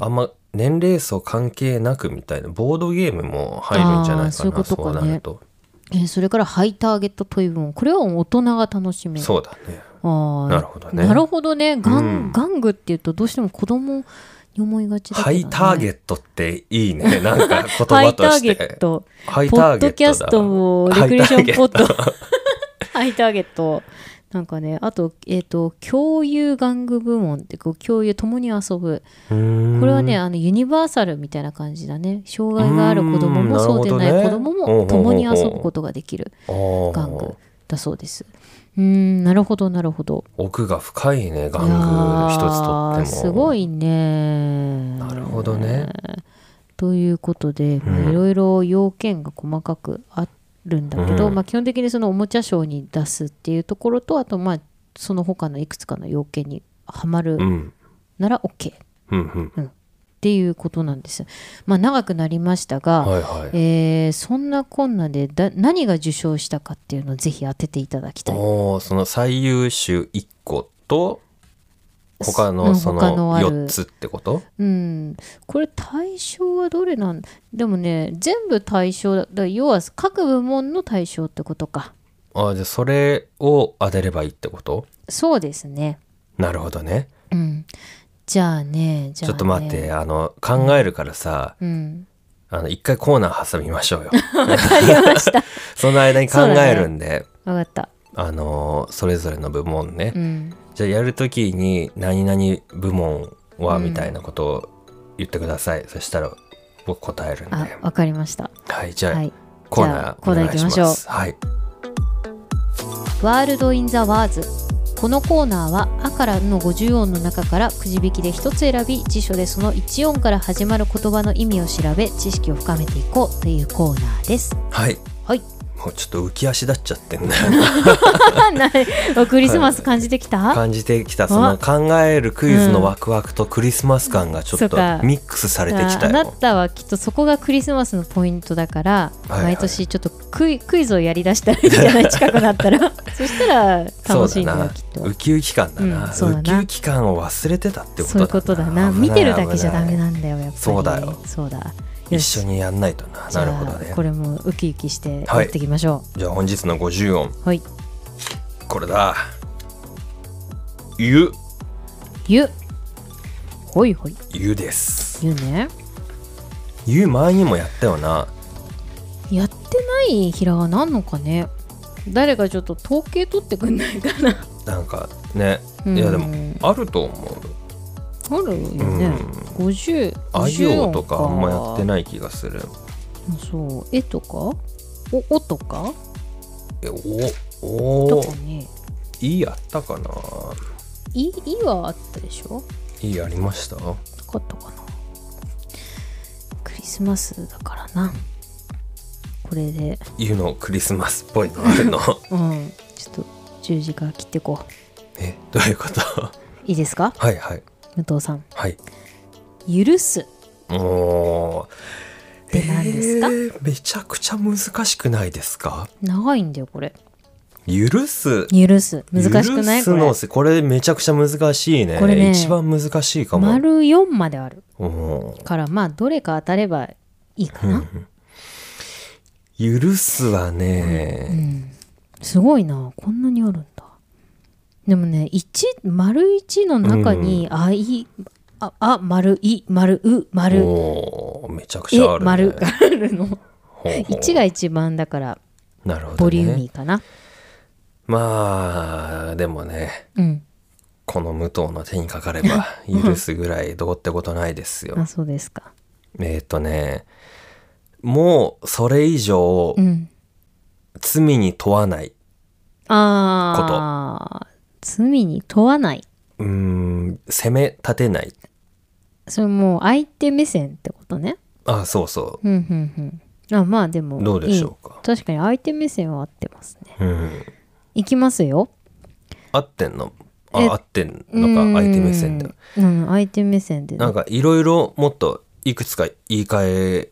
Speaker 1: あんま年齢層関係なくみたいなボードゲームも入るんじゃないか
Speaker 2: あー
Speaker 1: な
Speaker 2: そういうことかね
Speaker 1: なると
Speaker 2: えーそれからハイターゲット問い部門これは大人が楽しめる
Speaker 1: そうだね
Speaker 2: あー
Speaker 1: なるほどね
Speaker 2: なるほどねガン,、
Speaker 1: うん
Speaker 2: 玩具っていうとどうしても子供に思いがちだけど、
Speaker 1: ハ
Speaker 2: ね、
Speaker 1: イターゲットっていい ねなんか言
Speaker 2: ハ
Speaker 1: 葉
Speaker 2: イタ
Speaker 1: と
Speaker 2: ー
Speaker 1: し
Speaker 2: ゲ
Speaker 1: て
Speaker 2: ット
Speaker 1: ハイ
Speaker 2: ポ
Speaker 1: ター
Speaker 2: ッ
Speaker 1: ゲ
Speaker 2: ド
Speaker 1: ット
Speaker 2: キ
Speaker 1: だ
Speaker 2: ャストもレクリエーションポッドハイターゲットなんかねあと,、えー、と共有玩具部門ってこう共有共に遊ぶ
Speaker 1: うーん
Speaker 2: これはねあのユニバーサルみたいな感じだね障害がある子供も
Speaker 1: うーん
Speaker 2: そうでな
Speaker 1: ないる
Speaker 2: 子
Speaker 1: ほど
Speaker 2: 供
Speaker 1: ね
Speaker 2: も共に遊
Speaker 1: ほうほうほ
Speaker 2: ぶ
Speaker 1: う
Speaker 2: ことができる
Speaker 1: あー
Speaker 2: 玩具だそうですうーんなるほどなるほど
Speaker 1: 奥が深いね玩
Speaker 2: いや
Speaker 1: 具一つと
Speaker 2: ー
Speaker 1: っても
Speaker 2: すごいね
Speaker 1: なるほどね
Speaker 2: ということでまあ
Speaker 1: うん
Speaker 2: いろいろ要件が細かくあっるんだけど、
Speaker 1: うん
Speaker 2: まあ、基本的にそのおもちゃショーに出すっていうところとあとまあその他のいくつかの要件にはまる
Speaker 1: うん
Speaker 2: なら OK っ
Speaker 1: うんうん
Speaker 2: ていうことなんです。まあ、長くなりましたが、
Speaker 1: はいはい
Speaker 2: えーそんなこんなでだ何が受賞したかっていうのをぜひ当てていただきたい。
Speaker 1: おーその最優秀1個と他
Speaker 2: う
Speaker 1: の
Speaker 2: ん
Speaker 1: そ
Speaker 2: 他の
Speaker 1: の
Speaker 2: ある
Speaker 1: 4つってこと
Speaker 2: うん、これ対象はどれなんでもね全部対象だだから要は各部門の対象ってことか
Speaker 1: あーじゃあそれを当てればいいってこと
Speaker 2: そうですね
Speaker 1: なるほどね
Speaker 2: うんじゃあねじゃ
Speaker 1: ち
Speaker 2: あね
Speaker 1: ょっと待ってあの考えるからさ、
Speaker 2: うん
Speaker 1: あの一回コーナー挟みましょうよ
Speaker 2: わかりました
Speaker 1: その間に考えるんで、
Speaker 2: わかった
Speaker 1: あのーそれぞれの部門ね、
Speaker 2: うん
Speaker 1: じゃあやるときに何々部門は
Speaker 2: うん
Speaker 1: みたいなことを言ってください、そしたら僕答えるんで
Speaker 2: あわかりました
Speaker 1: はいじゃあ、
Speaker 2: はい
Speaker 1: コーナー
Speaker 2: コ
Speaker 1: お
Speaker 2: ーナー
Speaker 1: 願い
Speaker 2: 行き
Speaker 1: し
Speaker 2: ま
Speaker 1: ます
Speaker 2: しょう
Speaker 1: はい
Speaker 2: ワールド・イン・ザ・ワーズこのコーナーは「あ」から「の50音の中からくじ引きで1つ選び辞書でその1音から始まる言葉の意味を調べ知識を深めていこうというコーナーです。
Speaker 1: はい
Speaker 2: はい、
Speaker 1: もうちょっと浮き足立っちゃってんだよな
Speaker 2: ないクリスマス感じてきた、
Speaker 1: 感じてきたその考えるクイズのワクワクとクリスマス感がちょ
Speaker 2: そ
Speaker 1: っ
Speaker 2: う
Speaker 1: と
Speaker 2: か
Speaker 1: ミックスされてきた
Speaker 2: あ
Speaker 1: よ
Speaker 2: なたはきっとそこがクリスマスのポイントだから、
Speaker 1: はい
Speaker 2: 毎年ちょっとクイクイズをやりだしたらいいんじゃない近くなっ たらそしたら楽しいんだよきっと
Speaker 1: ウキウキ感だな,、
Speaker 2: うんそうだな
Speaker 1: ウキウキ感を忘れてたってことだな
Speaker 2: そういうことだな
Speaker 1: 危い
Speaker 2: 見てるだけじゃダメ
Speaker 1: 危い
Speaker 2: なんだよやっぱり
Speaker 1: そうだよ
Speaker 2: そうだ
Speaker 1: 一緒にやんないとな
Speaker 2: じゃ
Speaker 1: な
Speaker 2: あ
Speaker 1: るほどね
Speaker 2: これもウキウキして
Speaker 1: はい
Speaker 2: やっていきましょ
Speaker 1: じゃあ本日の50音
Speaker 2: うはい
Speaker 1: これだ湯
Speaker 2: 「ゆ」ほいほい
Speaker 1: 湯です
Speaker 2: 「ゆ」ね
Speaker 1: 湯前にもやったよな
Speaker 2: やってないひらがなんのかね誰かちょっと統計取ってくんないかな
Speaker 1: なんかね
Speaker 2: うん
Speaker 1: いやでもあると思う
Speaker 2: あるよね、50
Speaker 1: あ行とかあんまやって
Speaker 2: い
Speaker 1: ない気がする
Speaker 2: そう絵とかおおとか
Speaker 1: えおお
Speaker 2: と
Speaker 1: ー
Speaker 2: かね
Speaker 1: いいあったかない
Speaker 2: いはあったでしょ
Speaker 1: いいありました
Speaker 2: なかったかなクリスマスだからなこれで
Speaker 1: 湯のクリスマスっぽいのあ るの
Speaker 2: うんちょっと十字架切っていこう
Speaker 1: えどういう こと
Speaker 2: いいですか
Speaker 1: はいはい
Speaker 2: 武藤さん
Speaker 1: はい
Speaker 2: 許す
Speaker 1: おー
Speaker 2: って何ですか
Speaker 1: えーめちゃくちゃ難しくないですか
Speaker 2: 長いんだよこれ
Speaker 1: 許す
Speaker 2: 許す難しくない
Speaker 1: 許す
Speaker 2: こ
Speaker 1: の
Speaker 2: れ
Speaker 1: せこれめちゃくちゃ難しいね
Speaker 2: これね
Speaker 1: 一番難しいかも、
Speaker 2: 丸4まである
Speaker 1: うん
Speaker 2: からまあどれか当たればいいかな、
Speaker 1: 許すは
Speaker 2: う
Speaker 1: ね、
Speaker 2: んすごいなこんなにあるんだでもね1丸1の中に「あい」あ「あ」「丸い」「丸う」「丸
Speaker 1: おーめちゃくち
Speaker 2: え
Speaker 1: ゃあ」る、
Speaker 2: 「
Speaker 1: ね、
Speaker 2: 丸」があるの
Speaker 1: ほうほう
Speaker 2: 1が一番だから
Speaker 1: なるほど、ね、
Speaker 2: ボリューミーかな、
Speaker 1: まあでもね
Speaker 2: うん
Speaker 1: この武藤の手にかかれば許すぐらいどうってことないですよ
Speaker 2: あそうですか
Speaker 1: えっ、とねもうそれ以上
Speaker 2: うん
Speaker 1: 罪に問わない
Speaker 2: ああ罪に問わないう
Speaker 1: ーん責め立てない
Speaker 2: それもう相手目線ってことね
Speaker 1: あそうそ
Speaker 2: うんうんうんあまあでも
Speaker 1: どうでしょうか
Speaker 2: いい確かに相手目線は合ってますね
Speaker 1: ううん
Speaker 2: いきますよ
Speaker 1: 合ってんのあ
Speaker 2: え
Speaker 1: 合ってんのか相手目線で
Speaker 2: うんうん相手目線でね
Speaker 1: なんかいろいろもっといくつか言い換え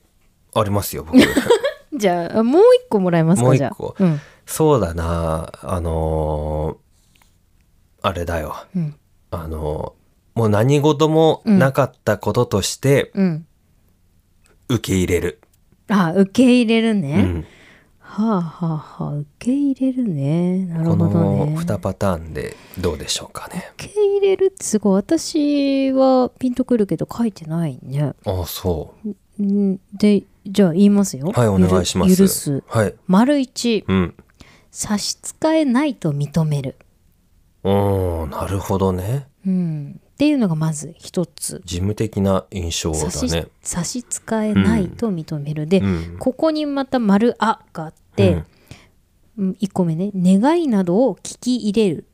Speaker 1: ありますよ僕
Speaker 2: じゃあもう一個もらえます
Speaker 1: も
Speaker 2: か
Speaker 1: う一個
Speaker 2: じゃあうん
Speaker 1: そうだなあのーあれだよ
Speaker 2: うん
Speaker 1: あのーもう何事もなかったこととして
Speaker 2: うん
Speaker 1: 受け入れる、
Speaker 2: あ受け入れるね、
Speaker 1: うん
Speaker 2: はあはあはあ受け入れるねなる
Speaker 1: こ
Speaker 2: ほど
Speaker 1: の
Speaker 2: ね
Speaker 1: 2パターンでどうでしょうかね
Speaker 2: 受け入れるってすごい私はピンとくるけど書いてないね
Speaker 1: あそう
Speaker 2: うんでじゃあ言いますよ
Speaker 1: はいお願いします
Speaker 2: ゆる許す
Speaker 1: はい
Speaker 2: 丸一
Speaker 1: うん
Speaker 2: 差し支えないと認める、
Speaker 1: おーなるほどね
Speaker 2: うん、っていうのがまず一つ
Speaker 1: 事務的な印象だ
Speaker 2: 差し,、
Speaker 1: ね
Speaker 2: 差し支えないと認める、で、
Speaker 1: うん
Speaker 2: ここにまた丸あがあって、うん、1個目ね願いなどを聞き入れる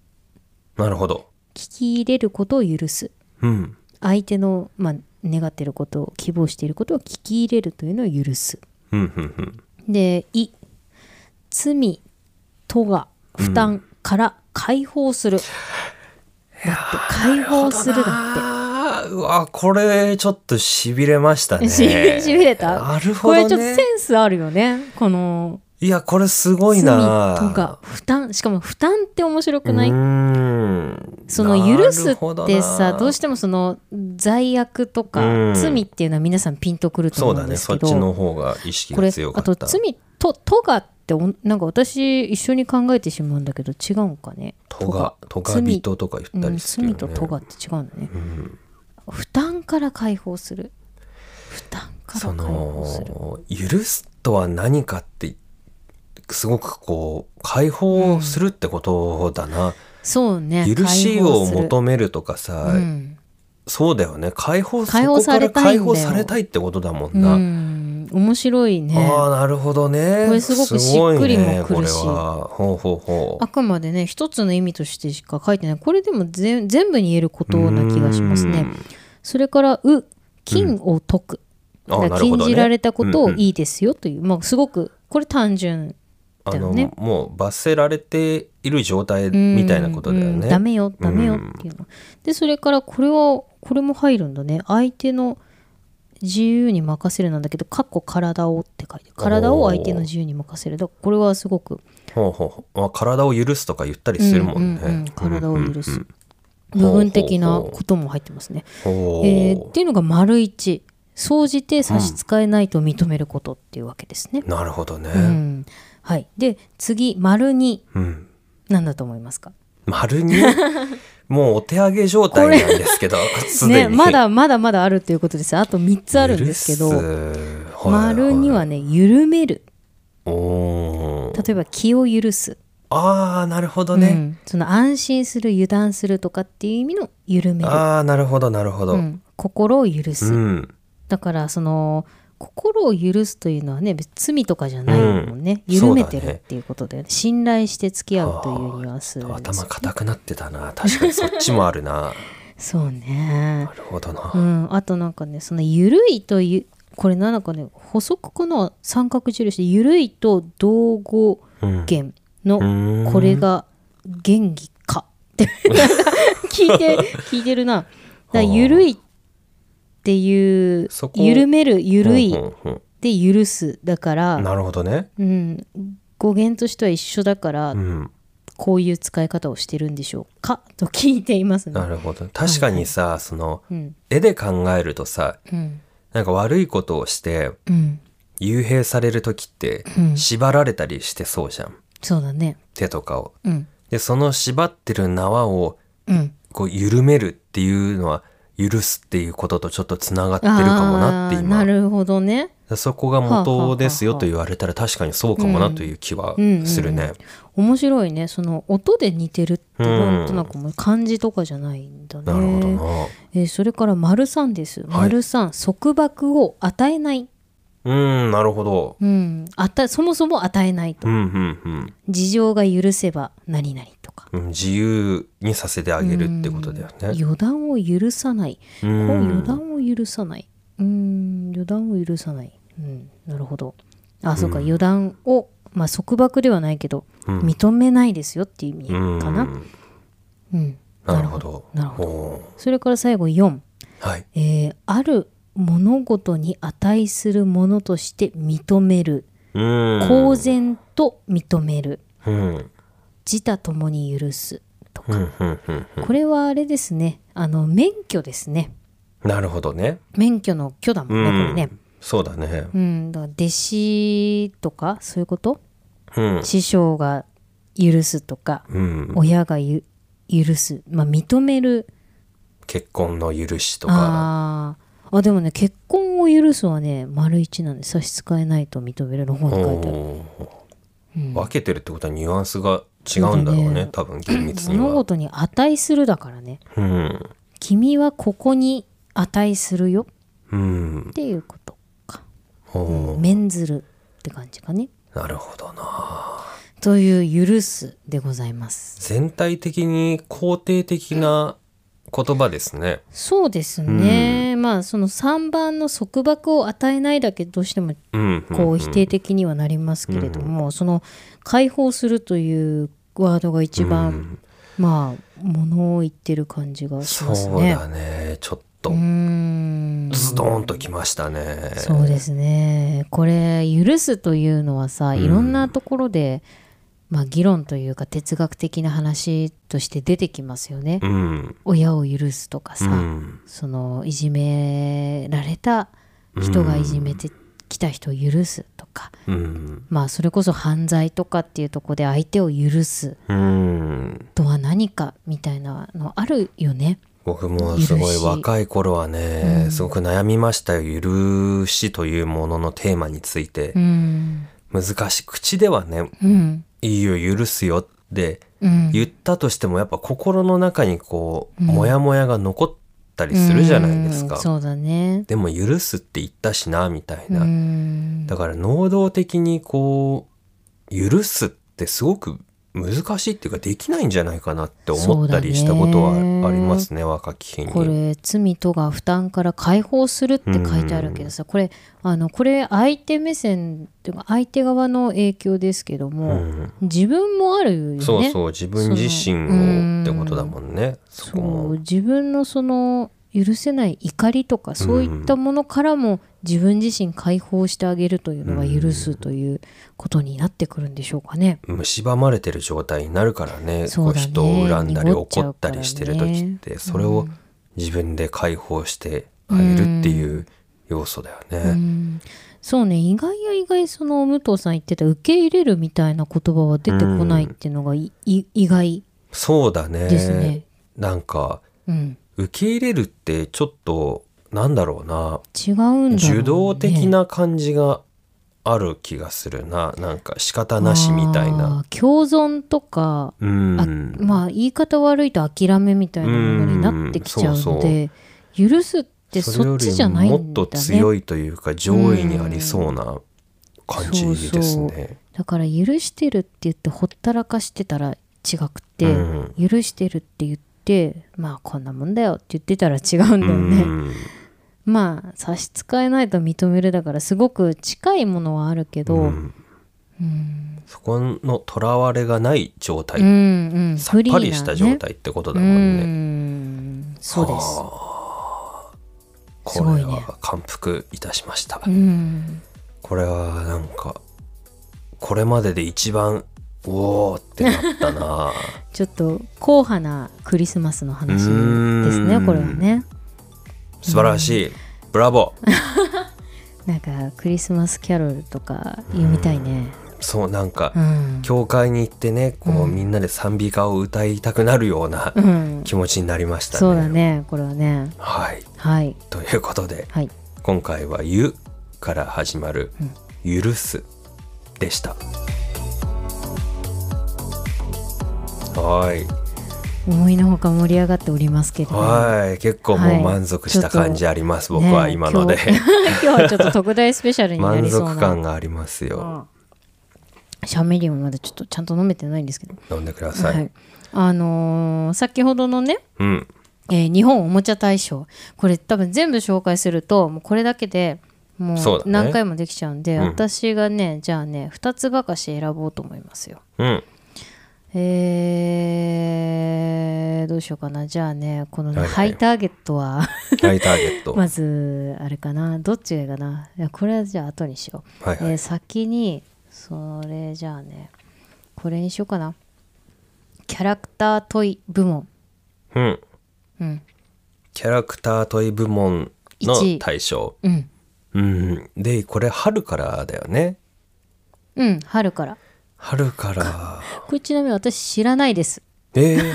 Speaker 1: なるほど
Speaker 2: 聞き入れることを許す
Speaker 1: うん
Speaker 2: 相手の、まあ、願っていることを希望していることを聞き入れるというのを許す
Speaker 1: うんうんうん
Speaker 2: で「い」罪とが負担から解放する、だって解放するだって
Speaker 1: あーうわこれちょっとしびれましたね
Speaker 2: ししびれた
Speaker 1: なるほ
Speaker 2: こ
Speaker 1: ど、ね、
Speaker 2: れちょっとセンスあるよねこの
Speaker 1: いやこれすご
Speaker 2: 罪
Speaker 1: い
Speaker 2: と
Speaker 1: な
Speaker 2: か負担しかも負担って面白くないう
Speaker 1: ーん
Speaker 2: その許す
Speaker 1: なる
Speaker 2: っ
Speaker 1: ほど
Speaker 2: て
Speaker 1: な
Speaker 2: さどうしてもその罪悪と
Speaker 1: う
Speaker 2: か
Speaker 1: ん
Speaker 2: 罪っていうのは皆さんピンとくると
Speaker 1: そう
Speaker 2: 思う
Speaker 1: だ
Speaker 2: ん
Speaker 1: ね
Speaker 2: です
Speaker 1: そ
Speaker 2: け
Speaker 1: っ
Speaker 2: ど、
Speaker 1: ちの方が意識
Speaker 2: こ
Speaker 1: が
Speaker 2: れ
Speaker 1: 強か
Speaker 2: あ
Speaker 1: った
Speaker 2: と罪ととがっておなんか私一緒に考えてしまうんだけど違うんかね
Speaker 1: とがとが
Speaker 2: 罪
Speaker 1: 人とか言った
Speaker 2: うん、
Speaker 1: りするよ
Speaker 2: 罪
Speaker 1: ね、
Speaker 2: ととがって違うんだね、負担から解放する負担から
Speaker 1: そ
Speaker 2: 解放する
Speaker 1: の許すとは何かってすごくこう解放するってことだな、
Speaker 2: そうね
Speaker 1: 許し
Speaker 2: 解放
Speaker 1: を
Speaker 2: する
Speaker 1: 求めるとかさ、
Speaker 2: うん
Speaker 1: そうだよね解放
Speaker 2: 解放さ
Speaker 1: そ
Speaker 2: れ
Speaker 1: こか
Speaker 2: た
Speaker 1: ら
Speaker 2: いんだ
Speaker 1: 解
Speaker 2: よ
Speaker 1: 放されたいってことだも
Speaker 2: うん
Speaker 1: な、
Speaker 2: ん面白いね
Speaker 1: ああなるほどね
Speaker 2: これすごくしっくりもくるし
Speaker 1: すごいねこれはほうほうほう
Speaker 2: あくまでね一つの意味としてしか書いてないこれでもぜん全部に言えることな気がします
Speaker 1: う
Speaker 2: ね
Speaker 1: ん
Speaker 2: それから「う」「金を解く」
Speaker 1: あー
Speaker 2: だか
Speaker 1: な
Speaker 2: ら
Speaker 1: るほ
Speaker 2: 禁
Speaker 1: どね
Speaker 2: じられたこと
Speaker 1: う
Speaker 2: を
Speaker 1: んうん
Speaker 2: いいですよという、まあすごくこれ単純
Speaker 1: あ
Speaker 2: だよ
Speaker 1: の
Speaker 2: ね
Speaker 1: もう罰せられている状態みたいなことだよ
Speaker 2: うんうん
Speaker 1: ね。
Speaker 2: ダメよダメよっていうの、でそれからこれはこれも入るんだね相手の自由に任せるなんだけど「かっこ体を」って書いて体を相手の自由に任せるだからこれはすごく
Speaker 1: ほうほうほうあ体を許すとか言ったりするもんね。
Speaker 2: うんうんうん体を許す
Speaker 1: ん
Speaker 2: 部分的なことも入ってますね。
Speaker 1: ほう
Speaker 2: えーっていうのが丸一総じて差し支えないと認めることっていうわけですね。
Speaker 1: なるほどね。
Speaker 2: うんはい、で次丸二
Speaker 1: うん
Speaker 2: なんだと思いますか
Speaker 1: 丸にもうお手上げ状態なんです けどすで
Speaker 2: ね
Speaker 1: に、
Speaker 2: まだまだまだあるっていうことですあと3つあるんですけど、
Speaker 1: 許すはい
Speaker 2: 丸にはね緩める
Speaker 1: おー
Speaker 2: 例えば気を許す、
Speaker 1: ああなるほど
Speaker 2: う
Speaker 1: ね。
Speaker 2: んその安心する油断するとかっていう意味の緩める、
Speaker 1: ああなるほどなるほど。
Speaker 2: う
Speaker 1: うん
Speaker 2: ん、心を許す、
Speaker 1: うん
Speaker 2: だからその心を許すというのはね別に罪とかじゃないもんね、緩めてるっていうことで、信頼して付き合うというニュアンスなんです
Speaker 1: 頭固くなってたな確かにそっちもある な
Speaker 2: そうね
Speaker 1: な、るほどな。
Speaker 2: うん、あとなんかねその緩いというこれなんかね補足かな三角印で緩いと同語
Speaker 1: うん
Speaker 2: 源の
Speaker 1: う
Speaker 2: これが原義かって なんか聞いて聞いてるなだから緩いっていう
Speaker 1: そこ
Speaker 2: 緩める緩い、
Speaker 1: うんうん
Speaker 2: で許すだか
Speaker 1: うん
Speaker 2: ら、
Speaker 1: なるほどね。
Speaker 2: うん、語源としては一緒だから、
Speaker 1: うん、
Speaker 2: こういう使い方をしてるんでしょうかと聞いていますね
Speaker 1: な。るほど確かにさ、その
Speaker 2: うん
Speaker 1: 絵で考えるとさ
Speaker 2: うん
Speaker 1: なんか悪いことをして
Speaker 2: うん
Speaker 1: 幽閉される時って
Speaker 2: うん
Speaker 1: 縛られたりしてそうじゃん
Speaker 2: そうだね。
Speaker 1: 手とかを。
Speaker 2: うん
Speaker 1: でその縛ってる縄を
Speaker 2: うん、
Speaker 1: こう緩めるっていうのは許すっていうこととちょっとつながってるかもなって
Speaker 2: あー
Speaker 1: 今
Speaker 2: るほどね。
Speaker 1: そこが元ですよと言われたら確かにそうかもなという気はするね。
Speaker 2: 面白いねその音で似てるって
Speaker 1: うん
Speaker 2: なんとなくもう漢字とかじゃないんだね。
Speaker 1: なるほどな。
Speaker 2: えーそれから丸三です。丸三束縛を与えない、
Speaker 1: うんなるほど。
Speaker 2: うん、あたそもそも与えないと
Speaker 1: うんうんうん。
Speaker 2: 事情が許せば何々とか。
Speaker 1: うん自由にさせてあげるってことだよね。
Speaker 2: 予断を許さない。
Speaker 1: う
Speaker 2: こうん予断を許さない。うーん、予断を許さない。うん、なるほど。あ、そうか、予断を、まあ、束縛ではないけど、
Speaker 1: うん
Speaker 2: 認めないですよっていう意味かな。
Speaker 1: うん
Speaker 2: うん。
Speaker 1: なるほど。
Speaker 2: なるほ
Speaker 1: ほ
Speaker 2: それから最後4。
Speaker 1: ど。はい。
Speaker 2: えーある物事に値するものとして認める。
Speaker 1: うん
Speaker 2: 公然と認める。
Speaker 1: うん
Speaker 2: 自他ともに許す。と
Speaker 1: うんう
Speaker 2: か。
Speaker 1: んうんうん
Speaker 2: これはあれですね。あの、免許ですね。
Speaker 1: なるほどね。
Speaker 2: 免許の許だもんね、
Speaker 1: うん
Speaker 2: これね。
Speaker 1: そうだね。
Speaker 2: うん、だから弟子とかそういうこと、
Speaker 1: うん。
Speaker 2: 師匠が許すとか、
Speaker 1: うん、
Speaker 2: 親がゆ許す、まあ、認める
Speaker 1: 結婚の許しとか。
Speaker 2: あーあでもね結婚を許すはね丸一なんで差し支えないと認めるの方に書いてある
Speaker 1: おー分けてるってことはニュアンスが違うんだろ
Speaker 2: そう
Speaker 1: う
Speaker 2: だ
Speaker 1: ね
Speaker 2: ね
Speaker 1: 多分厳密に
Speaker 2: 物
Speaker 1: は。
Speaker 2: 事に値するだからね
Speaker 1: うん
Speaker 2: 君はここに値するよ
Speaker 1: うん
Speaker 2: っていうことか
Speaker 1: ほ
Speaker 2: 免ずるって感じかね
Speaker 1: うなるほどな。
Speaker 2: という許すでございます
Speaker 1: 全体的に肯定的な言葉ですね。
Speaker 2: そうですね、まあその3番の束縛を与えないだけどうしても
Speaker 1: うんうん
Speaker 2: こ
Speaker 1: う
Speaker 2: うん否定的にはなりますけれども、その解放するというワードが一番、まあものを言ってる感じがします
Speaker 1: そう
Speaker 2: ね。
Speaker 1: だねちょっ
Speaker 2: う
Speaker 1: と
Speaker 2: ーん
Speaker 1: ズドーンときましたね
Speaker 2: そうですねこれ許すというのはさ
Speaker 1: ん
Speaker 2: いろんなところで、まあ、議論というか哲学的な話として出てきますよね。
Speaker 1: うん
Speaker 2: 親を許すとか
Speaker 1: う
Speaker 2: さ、
Speaker 1: ん
Speaker 2: そのいじめられた人がいじめてきた人を許すとか、
Speaker 1: うん
Speaker 2: まあそれこそ犯罪とかっていうところで相手を許す
Speaker 1: うん
Speaker 2: とは何かみたいなのあるよね。
Speaker 1: 僕もすごい
Speaker 2: 許し
Speaker 1: 若い頃はね、すごく悩みましたよ許しというもののテーマについて
Speaker 2: う、ん、
Speaker 1: 難しい口ではね
Speaker 2: うん、
Speaker 1: いいよ許すよって
Speaker 2: うん、
Speaker 1: 言ったとしてもやっぱ心の中にこう、モヤモヤが残ったりするじゃないですか、
Speaker 2: うんそうだね。
Speaker 1: でも許すって言ったしなみたいうな、
Speaker 2: ん、
Speaker 1: だから能動的にこう許すってすごく難しいっていうかできないんじゃないかなって思ったりしたことはありますね若き日に。
Speaker 2: これ「罪とが負担から解放する」って書いてあるけどさ、これあのこれ相手目線っていうか相手側の影響ですけど
Speaker 1: う
Speaker 2: も、
Speaker 1: ん
Speaker 2: 自分もあるよね。
Speaker 1: そうそう自分自身
Speaker 2: その
Speaker 1: をってことだもんねそこ
Speaker 2: そう
Speaker 1: も。
Speaker 2: 自分のその許せない怒りとかそういったものからも自分自身解放してあげるというのが許すということになってくるんでしょうかね。
Speaker 1: 蝕まれてる状態になるからね
Speaker 2: そうだね
Speaker 1: こう人を恨んだり
Speaker 2: 濁っち
Speaker 1: 怒
Speaker 2: ゃう
Speaker 1: っ
Speaker 2: か
Speaker 1: た
Speaker 2: らね
Speaker 1: りしてる時ってそれを自分で解放してあげるっていう要素だよ
Speaker 2: う
Speaker 1: ね。
Speaker 2: んそうね意外や意外その武藤さん言ってた受け入れるみたいな言葉は出てこないっていうのがいい意外
Speaker 1: そうだね
Speaker 2: ですね。
Speaker 1: なんか
Speaker 2: うん、
Speaker 1: 受け入れるってちょっとなんだろうな
Speaker 2: 違うんだ、ね、
Speaker 1: 受動的な感じがある気がするななんか仕方なしみたいな
Speaker 2: あー共存とか、
Speaker 1: うん
Speaker 2: あまあ言い方悪いと諦めみたいなものになってきちゃうので許すってそっちじゃないんだ
Speaker 1: よ
Speaker 2: ね
Speaker 1: りももっと強いというか上位にありそうな感じです
Speaker 2: そう
Speaker 1: ね。
Speaker 2: だから許してるって言ってほったらかしてたら違くて、
Speaker 1: うん
Speaker 2: 許してるって言ってまあこんなもんだよって言ってたら違うんだよね、
Speaker 1: うん
Speaker 2: まあ差し支えないと認めるだからすごく近いものはあるけど、う
Speaker 1: うん
Speaker 2: ん
Speaker 1: そこのとらわれがない状態、
Speaker 2: うん
Speaker 1: さっぱりした状
Speaker 2: フ
Speaker 1: 態ってこと
Speaker 2: リ
Speaker 1: だ
Speaker 2: ー
Speaker 1: も
Speaker 2: なね
Speaker 1: んね。
Speaker 2: うんそうですす
Speaker 1: こ
Speaker 2: ごい
Speaker 1: れ
Speaker 2: ね
Speaker 1: は感服いたしました。
Speaker 2: うん
Speaker 1: これはなんかこれまでで一番おおってなった な
Speaker 2: ちょっと硬派なクリスマスの話です
Speaker 1: う
Speaker 2: ね
Speaker 1: ん
Speaker 2: これはね
Speaker 1: 素晴らしい、ブラボー
Speaker 2: なんかクリスマスキャロルとか読みたいね
Speaker 1: そうなんか、
Speaker 2: うん、
Speaker 1: 教会に行ってねこう、みんなで賛美歌を歌いたくなるような
Speaker 2: うん、
Speaker 1: 気持ちになりましたね。
Speaker 2: そうだねこれはね
Speaker 1: はい
Speaker 2: はい
Speaker 1: ということで
Speaker 2: はい
Speaker 1: 今回は「ゆ」から始まる「許す」でした。はい
Speaker 2: 思いのほか盛り上がっておりますけれども
Speaker 1: はい結構もう満足した感じあります、僕は
Speaker 2: ね
Speaker 1: 今ので。
Speaker 2: 今日今日はちょっと特大スペシャルにな
Speaker 1: 満
Speaker 2: りそうな
Speaker 1: 足感がありますよ。
Speaker 2: シャメリオンまだちょっとちゃんと飲めてないんですけど、
Speaker 1: 飲んでください。
Speaker 2: はいあのー先ほどのね、
Speaker 1: うん。
Speaker 2: えー日本おもちゃ大賞これ多分全部紹介するともうこれだけでも
Speaker 1: そうだ
Speaker 2: う
Speaker 1: ね
Speaker 2: 何回もできちゃうんで、
Speaker 1: うん
Speaker 2: 私がねじゃあね2つばかし選ぼうと思いますよ。
Speaker 1: うん。
Speaker 2: えー、どうしようかなじゃあねこのね、
Speaker 1: はいはい
Speaker 2: ハイターゲットは
Speaker 1: ハイターゲット。
Speaker 2: まずあれかなどっちがいいかないやこれはじゃあ後にしよう。
Speaker 1: はいはい
Speaker 2: えー先にそれじゃあねこれにしようかなキャラクタートイ部門
Speaker 1: うん。
Speaker 2: うん
Speaker 1: キャラクタートイ部門
Speaker 2: 一
Speaker 1: の
Speaker 2: 位
Speaker 1: 大賞。
Speaker 2: うん
Speaker 1: うん。で、これ春からだよね。
Speaker 2: うん春から
Speaker 1: 春から。
Speaker 2: これちなみに私知らないです
Speaker 1: えー、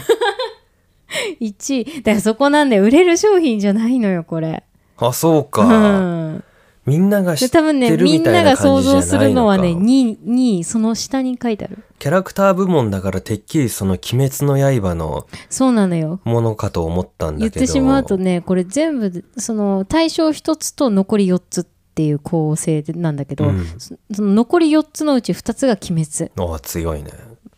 Speaker 2: 1位だからそこなんで売れる商品じゃないのよこれ
Speaker 1: あ、そう
Speaker 2: う
Speaker 1: か。
Speaker 2: ん
Speaker 1: みんなが知
Speaker 2: で
Speaker 1: って
Speaker 2: 多分ね
Speaker 1: る
Speaker 2: み
Speaker 1: み
Speaker 2: ん
Speaker 1: た
Speaker 2: ない
Speaker 1: な
Speaker 2: が想
Speaker 1: 感じじゃないのか。
Speaker 2: 像するのはね2位その下に書いてある
Speaker 1: キャラクター部門だからてっきりその鬼滅の刃の
Speaker 2: そうなのよ
Speaker 1: ものかと思ったんだ
Speaker 2: 言っ
Speaker 1: けど。
Speaker 2: てしまうとねこれ全部でその対象1つと残り4つっていう構成でなんだけど、
Speaker 1: うん
Speaker 2: そその残り4つのうち2つが鬼滅
Speaker 1: ああ、強いね。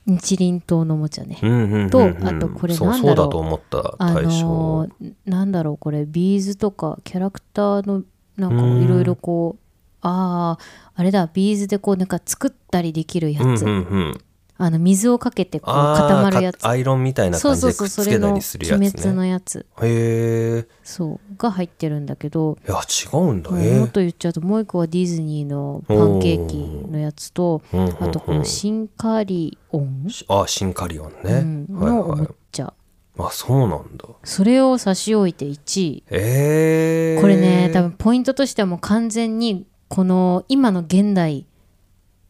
Speaker 2: 日輪刀のおもちゃね、
Speaker 1: うんうんうんうん
Speaker 2: とあとこれ
Speaker 1: そう
Speaker 2: なん
Speaker 1: そ
Speaker 2: だろう
Speaker 1: うだと思った
Speaker 2: あ
Speaker 1: 対象、
Speaker 2: のーなんだろうこれビーズとかキャラクターのなんかいろいろこうあああれだビーズでこうなんか作ったりできるや
Speaker 1: うんう
Speaker 2: つ、
Speaker 1: んうん
Speaker 2: あの水をかけてこう
Speaker 1: あー
Speaker 2: 固まるやつ
Speaker 1: かアイロンみたいな
Speaker 2: そう
Speaker 1: 感じ
Speaker 2: そう
Speaker 1: で
Speaker 2: そ
Speaker 1: く
Speaker 2: う
Speaker 1: っ
Speaker 2: そ
Speaker 1: つ
Speaker 2: れ
Speaker 1: け
Speaker 2: の
Speaker 1: た
Speaker 2: 「鬼
Speaker 1: りするやつね
Speaker 2: 滅のやつ
Speaker 1: へえ」
Speaker 2: そうが入ってるんだけど、
Speaker 1: いや違うんだ
Speaker 2: もう
Speaker 1: へ
Speaker 2: もっ
Speaker 1: え
Speaker 2: と言っちゃうともう一個はディズニーのパンケーキのやつと
Speaker 1: うんうんうん
Speaker 2: あとこのシンカリオン、
Speaker 1: あシンカリオン
Speaker 2: う
Speaker 1: ね
Speaker 2: ん、
Speaker 1: はい
Speaker 2: のお
Speaker 1: は
Speaker 2: も
Speaker 1: い
Speaker 2: ちゃ
Speaker 1: あそうなんだ
Speaker 2: それを差し置いて1位
Speaker 1: ええ
Speaker 2: これね多分ポイントとしてはもう完全にこの今の現代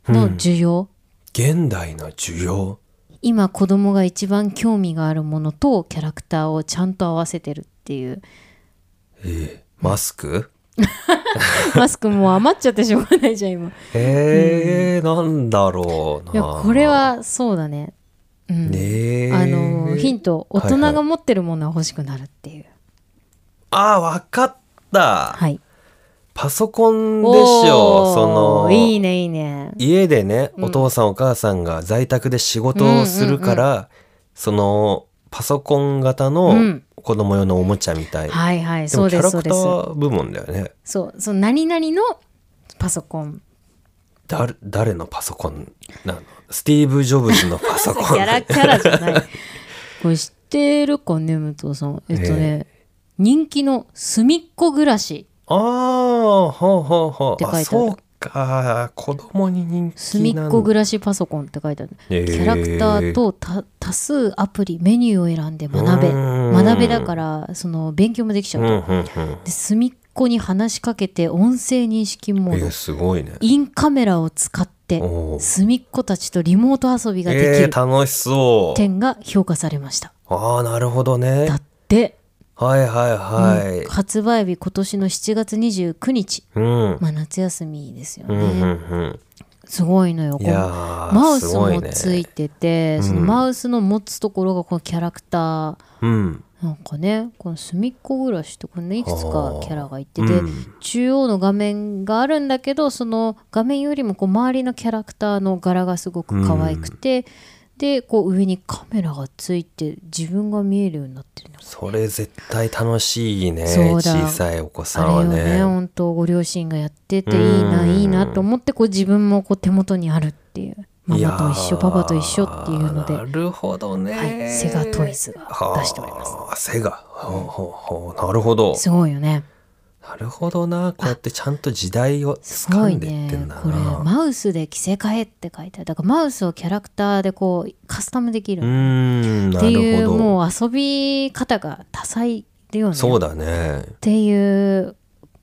Speaker 2: の需要、
Speaker 1: 現代の需要
Speaker 2: 今子供が一番興味があるものとキャラクターをちゃんと合わせてるっ ていう
Speaker 1: マスク
Speaker 2: マスクもう余っちゃってしょうがないじゃん 今
Speaker 1: ええなんだろうない
Speaker 2: やこれはそうだねうん、
Speaker 1: ねえ
Speaker 2: あのヒント大
Speaker 1: はいは
Speaker 2: 人
Speaker 1: い
Speaker 2: が持ってるものは欲しくなるっていう
Speaker 1: あわかった
Speaker 2: はい、
Speaker 1: パソコンでし
Speaker 2: お
Speaker 1: ょそ
Speaker 2: ー
Speaker 1: の
Speaker 2: いいねいいね
Speaker 1: 家でね、お父さんお母さんが在宅で仕事をするから、そのパソコン型
Speaker 2: う
Speaker 1: の
Speaker 2: ん
Speaker 1: 子供用のおもちゃみたい、
Speaker 2: はいはい
Speaker 1: で
Speaker 2: そ
Speaker 1: も
Speaker 2: う
Speaker 1: キ
Speaker 2: で
Speaker 1: ャ
Speaker 2: す
Speaker 1: ラ
Speaker 2: そう
Speaker 1: ク
Speaker 2: で
Speaker 1: タ
Speaker 2: す
Speaker 1: ー部門だよね
Speaker 2: そうその何々のパソコン
Speaker 1: だ誰のパソコンなのスティーブ・ジョブズのパソ
Speaker 2: キ
Speaker 1: コン
Speaker 2: ャラキャラじゃないこれ知ってるかね武藤さんえっとね、人気の「すみっこ暮らし
Speaker 1: ああほうほうほ
Speaker 2: って
Speaker 1: う
Speaker 2: 書いてある
Speaker 1: あそうか子供に人」
Speaker 2: 「すみ
Speaker 1: 気
Speaker 2: っ
Speaker 1: なん
Speaker 2: こ暮らしパソコン」って書いてある、
Speaker 1: へー
Speaker 2: キャラクターとた多数アプリメニューを選んで学べ
Speaker 1: うーん
Speaker 2: 学べだからその勉強もできちゃ
Speaker 1: う
Speaker 2: うんと、
Speaker 1: うんうん
Speaker 2: で隅っこに話しかけて音声認識モ
Speaker 1: え
Speaker 2: ード、
Speaker 1: ー、すごいね
Speaker 2: インカメラを使って
Speaker 1: おー
Speaker 2: 隅っこたちとリモート遊びができ
Speaker 1: え
Speaker 2: る
Speaker 1: ー、楽しそう
Speaker 2: 点が評価されました、
Speaker 1: ああなるほどね
Speaker 2: だって
Speaker 1: はいはいはい、
Speaker 2: うん発売日今年の7月29日、
Speaker 1: うん。
Speaker 2: まあ、夏休みですよ
Speaker 1: う
Speaker 2: ね、
Speaker 1: んうん
Speaker 2: すごいのよ
Speaker 1: うん。
Speaker 2: こ
Speaker 1: い
Speaker 2: の
Speaker 1: やー
Speaker 2: マウス
Speaker 1: すごい
Speaker 2: も
Speaker 1: ね
Speaker 2: ついててその
Speaker 1: うん
Speaker 2: マウスの持つところがこのキャラクター
Speaker 1: うん。
Speaker 2: なんかねこの隅っこ暮らしってこれねいくつかキャラがいて
Speaker 1: は
Speaker 2: て、
Speaker 1: あうん
Speaker 2: 中央の画面があるんだけどその画面よりもこう周りのキャラクターの柄がすごく可愛くて、でこう上にカメラがついて自分が見えるようになってるの
Speaker 1: それ絶対楽しいね。
Speaker 2: そうだ
Speaker 1: 小さいお子さ
Speaker 2: あれ
Speaker 1: んは
Speaker 2: よね
Speaker 1: ね。
Speaker 2: 本当ご両親がやってていいな、
Speaker 1: うん
Speaker 2: いいなと思ってこう自分もこう手元にあるっていうマ
Speaker 1: いや
Speaker 2: マ
Speaker 1: ー
Speaker 2: と一緒パパと一緒っていうので、
Speaker 1: なるほどね、
Speaker 2: はい、セガトイズが出しております
Speaker 1: はあセガ。ほうほうほう。なるほど。
Speaker 2: すごいよね
Speaker 1: なるほどな。こうやってちゃんと時代を
Speaker 2: すご
Speaker 1: 掴
Speaker 2: い
Speaker 1: んでい
Speaker 2: ね
Speaker 1: ってんだ
Speaker 2: これ
Speaker 1: な。
Speaker 2: マウスで着せ替えって書いてあるだからマウスをキャラクターでこうカスタムできる
Speaker 1: うーん、
Speaker 2: っ
Speaker 1: な
Speaker 2: てい
Speaker 1: る
Speaker 2: う
Speaker 1: ほど。
Speaker 2: もう遊び方が多彩だよね
Speaker 1: そう
Speaker 2: っ
Speaker 1: だね。
Speaker 2: ていう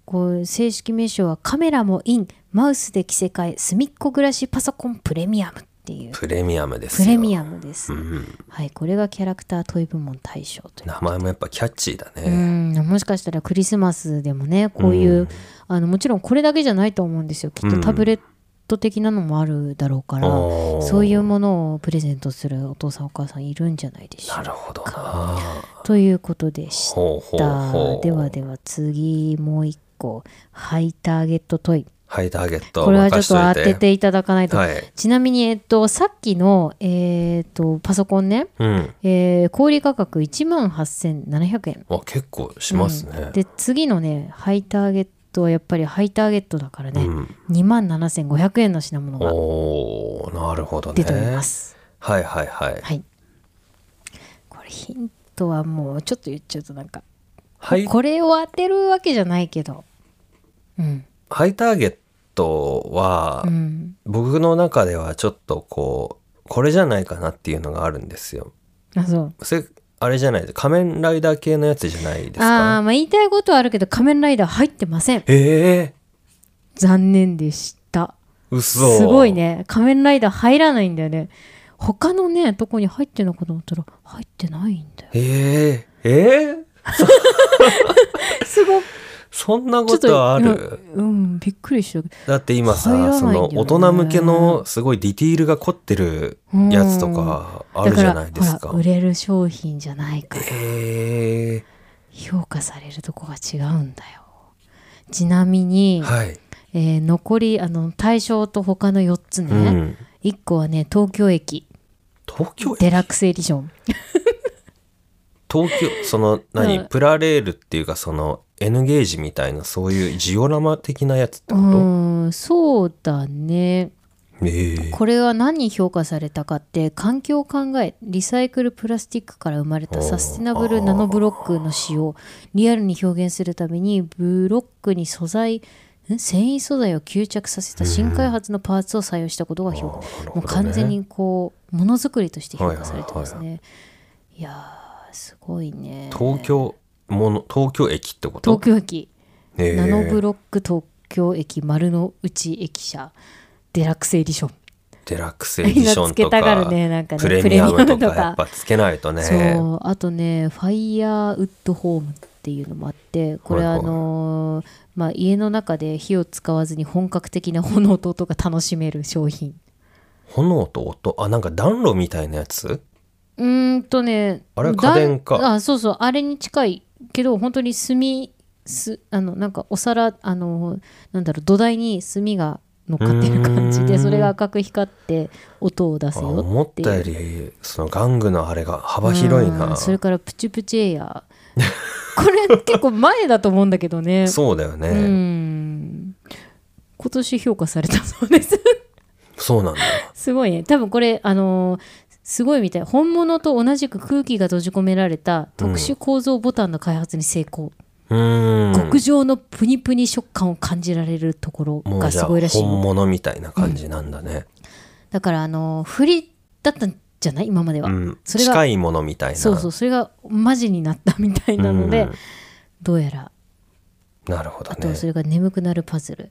Speaker 2: こう正式名称はカメラもインマウスで着せ替えすみっこ暮らしパソコンプレミアムっていう
Speaker 1: プレミアムです
Speaker 2: プ
Speaker 1: よ。
Speaker 2: レミアムです、
Speaker 1: うん。
Speaker 2: はいこれがキャラクタートイ部門大賞という
Speaker 1: 名前もやっぱキャッチーだ
Speaker 2: う
Speaker 1: ね。
Speaker 2: んもしかしたらクリスマスでもねこういう、
Speaker 1: うん
Speaker 2: あのもちろんこれだけじゃないと思うんですよきっ
Speaker 1: う
Speaker 2: と
Speaker 1: ん
Speaker 2: タブレット的なのもあるだろうから、
Speaker 1: おー
Speaker 2: そういうものをプレゼントするお父さんお母さんいるんじゃないでしょ
Speaker 1: な
Speaker 2: う
Speaker 1: る
Speaker 2: か
Speaker 1: ほどな。
Speaker 2: ということでした
Speaker 1: ほうほうほう。
Speaker 2: ではでは次もう一個ハイターゲットトイ
Speaker 1: はい、ターゲット。
Speaker 2: これはちょっと
Speaker 1: 任し
Speaker 2: 当て
Speaker 1: とい。
Speaker 2: ていただかないと、
Speaker 1: はい。
Speaker 2: ちなみに、えっと、さっきの、えーっとパソコンね、
Speaker 1: うん。
Speaker 2: えー小売価格1万8700円
Speaker 1: あ、結構しますね。
Speaker 2: で次のねハイターゲットはやっぱりハイターゲットだからね、
Speaker 1: うん
Speaker 2: 2万7500円の品物が
Speaker 1: おー、なるほどね。
Speaker 2: 出ております、
Speaker 1: はいはいはい。
Speaker 2: はいこれヒントはもうちょっと言っちゃうとなんか、
Speaker 1: はい、
Speaker 2: これを当てるわけじゃないけどうん
Speaker 1: ハイターゲットは
Speaker 2: う、ん
Speaker 1: 僕の中ではちょっとこう、これじゃないかなっていうのがあるんですよ。
Speaker 2: あそう
Speaker 1: それ、あれじゃないです仮面ライダー系のやつじゃないです
Speaker 2: ああー
Speaker 1: か。
Speaker 2: まあ言いたいことはあるけど仮面ライダー入ってません
Speaker 1: ええ
Speaker 2: 残念でした
Speaker 1: ー、嘘。
Speaker 2: すごい。ね仮面ライダー入らないんだよね他のねとこに入ってんのかと思ったら入ってないん だよ
Speaker 1: ええー、えー、
Speaker 2: すごい
Speaker 1: そんな
Speaker 2: ちょ
Speaker 1: こ
Speaker 2: っと
Speaker 1: とある
Speaker 2: うんびっくりした
Speaker 1: だって今
Speaker 2: 入
Speaker 1: さ
Speaker 2: らないん
Speaker 1: そ
Speaker 2: だよ
Speaker 1: の
Speaker 2: ね
Speaker 1: 大人向けのすごいディティールが凝ってるやつとかあ
Speaker 2: だ
Speaker 1: るじ
Speaker 2: か
Speaker 1: ゃ
Speaker 2: ら
Speaker 1: ないです
Speaker 2: ほ
Speaker 1: から
Speaker 2: 売。れる商品じゃないから
Speaker 1: え
Speaker 2: 評価されるとこが違うんだよちなみ
Speaker 1: ー、
Speaker 2: に、
Speaker 1: はい、
Speaker 2: えー残りあの対象と他の4つね、
Speaker 1: うん。
Speaker 2: 1個はね東京駅
Speaker 1: 東京駅
Speaker 2: デラックスエディション
Speaker 1: 東京その何、
Speaker 2: うん
Speaker 1: プラレールっていうかその N ゲージみたいなそういうジオラマ的なやつって
Speaker 2: う
Speaker 1: こと、
Speaker 2: ーんそうだね
Speaker 1: ええ
Speaker 2: これは何に評価されたかって環境を考えリサイクルプラスチックから生まれたサステナブルナノブロックの使用リアルに表現するためにブロックに素材ん繊維素材を吸着させた新開発のパーツを採用したことが評価、
Speaker 1: あーなるほどね
Speaker 2: もう完全にこうものづくりとして評価されてますね、
Speaker 1: はい
Speaker 2: いやーすごいね
Speaker 1: 東京もの東京駅ってこと
Speaker 2: 東京駅
Speaker 1: ええ
Speaker 2: ナノブロック東京駅丸の内駅舎デラックスエディション
Speaker 1: デラックスエディション
Speaker 2: みんなつけ
Speaker 1: と
Speaker 2: た
Speaker 1: か
Speaker 2: がるねなんかね
Speaker 1: プレミアムと
Speaker 2: プレミアムと
Speaker 1: か
Speaker 2: か
Speaker 1: やっぱつけないとね
Speaker 2: そうあとねファイヤーウッドホームっていうのもあってこれ
Speaker 1: はい
Speaker 2: あ
Speaker 1: はい
Speaker 2: のーまあ、家の中で火を使わずに本格的な炎と音が楽しめる商品
Speaker 1: 炎と音あなんか暖炉みたいなやつ
Speaker 2: うーんとね
Speaker 1: あれは家電か
Speaker 2: だんあそうそうあれに近いけど本当に炭すあのなんかお皿あのなんだろう土台に炭が乗っかってる感じ
Speaker 1: うー
Speaker 2: で
Speaker 1: ん
Speaker 2: それが赤く光って音を出す
Speaker 1: あ
Speaker 2: よ
Speaker 1: 思っ
Speaker 2: っていう
Speaker 1: たよりその玩具のあれが幅広い
Speaker 2: うん
Speaker 1: な
Speaker 2: それからプチプチエア これ結構前だと思うんだけどね
Speaker 1: そうだよね、
Speaker 2: うん今年評価されたそうです
Speaker 1: そうなんだ
Speaker 2: すごいね多分これあのーすごいみたい本物と同じく空気が閉じ込められた特殊構造ボタンの開発に成功、
Speaker 1: うーん
Speaker 2: 極上のプニプニ食感を感じられるところ
Speaker 1: もう
Speaker 2: が
Speaker 1: じゃ
Speaker 2: す
Speaker 1: あ
Speaker 2: ごいらしい
Speaker 1: 本物みたいな感じなんだね、
Speaker 2: だからあのー振りだったんじゃない今までは、
Speaker 1: うん、
Speaker 2: それが
Speaker 1: 近いものみたいな
Speaker 2: そうそうそれがマジになったみたいなので、どうやら
Speaker 1: なるほど
Speaker 2: あと
Speaker 1: ね
Speaker 2: それが眠くなるパズル、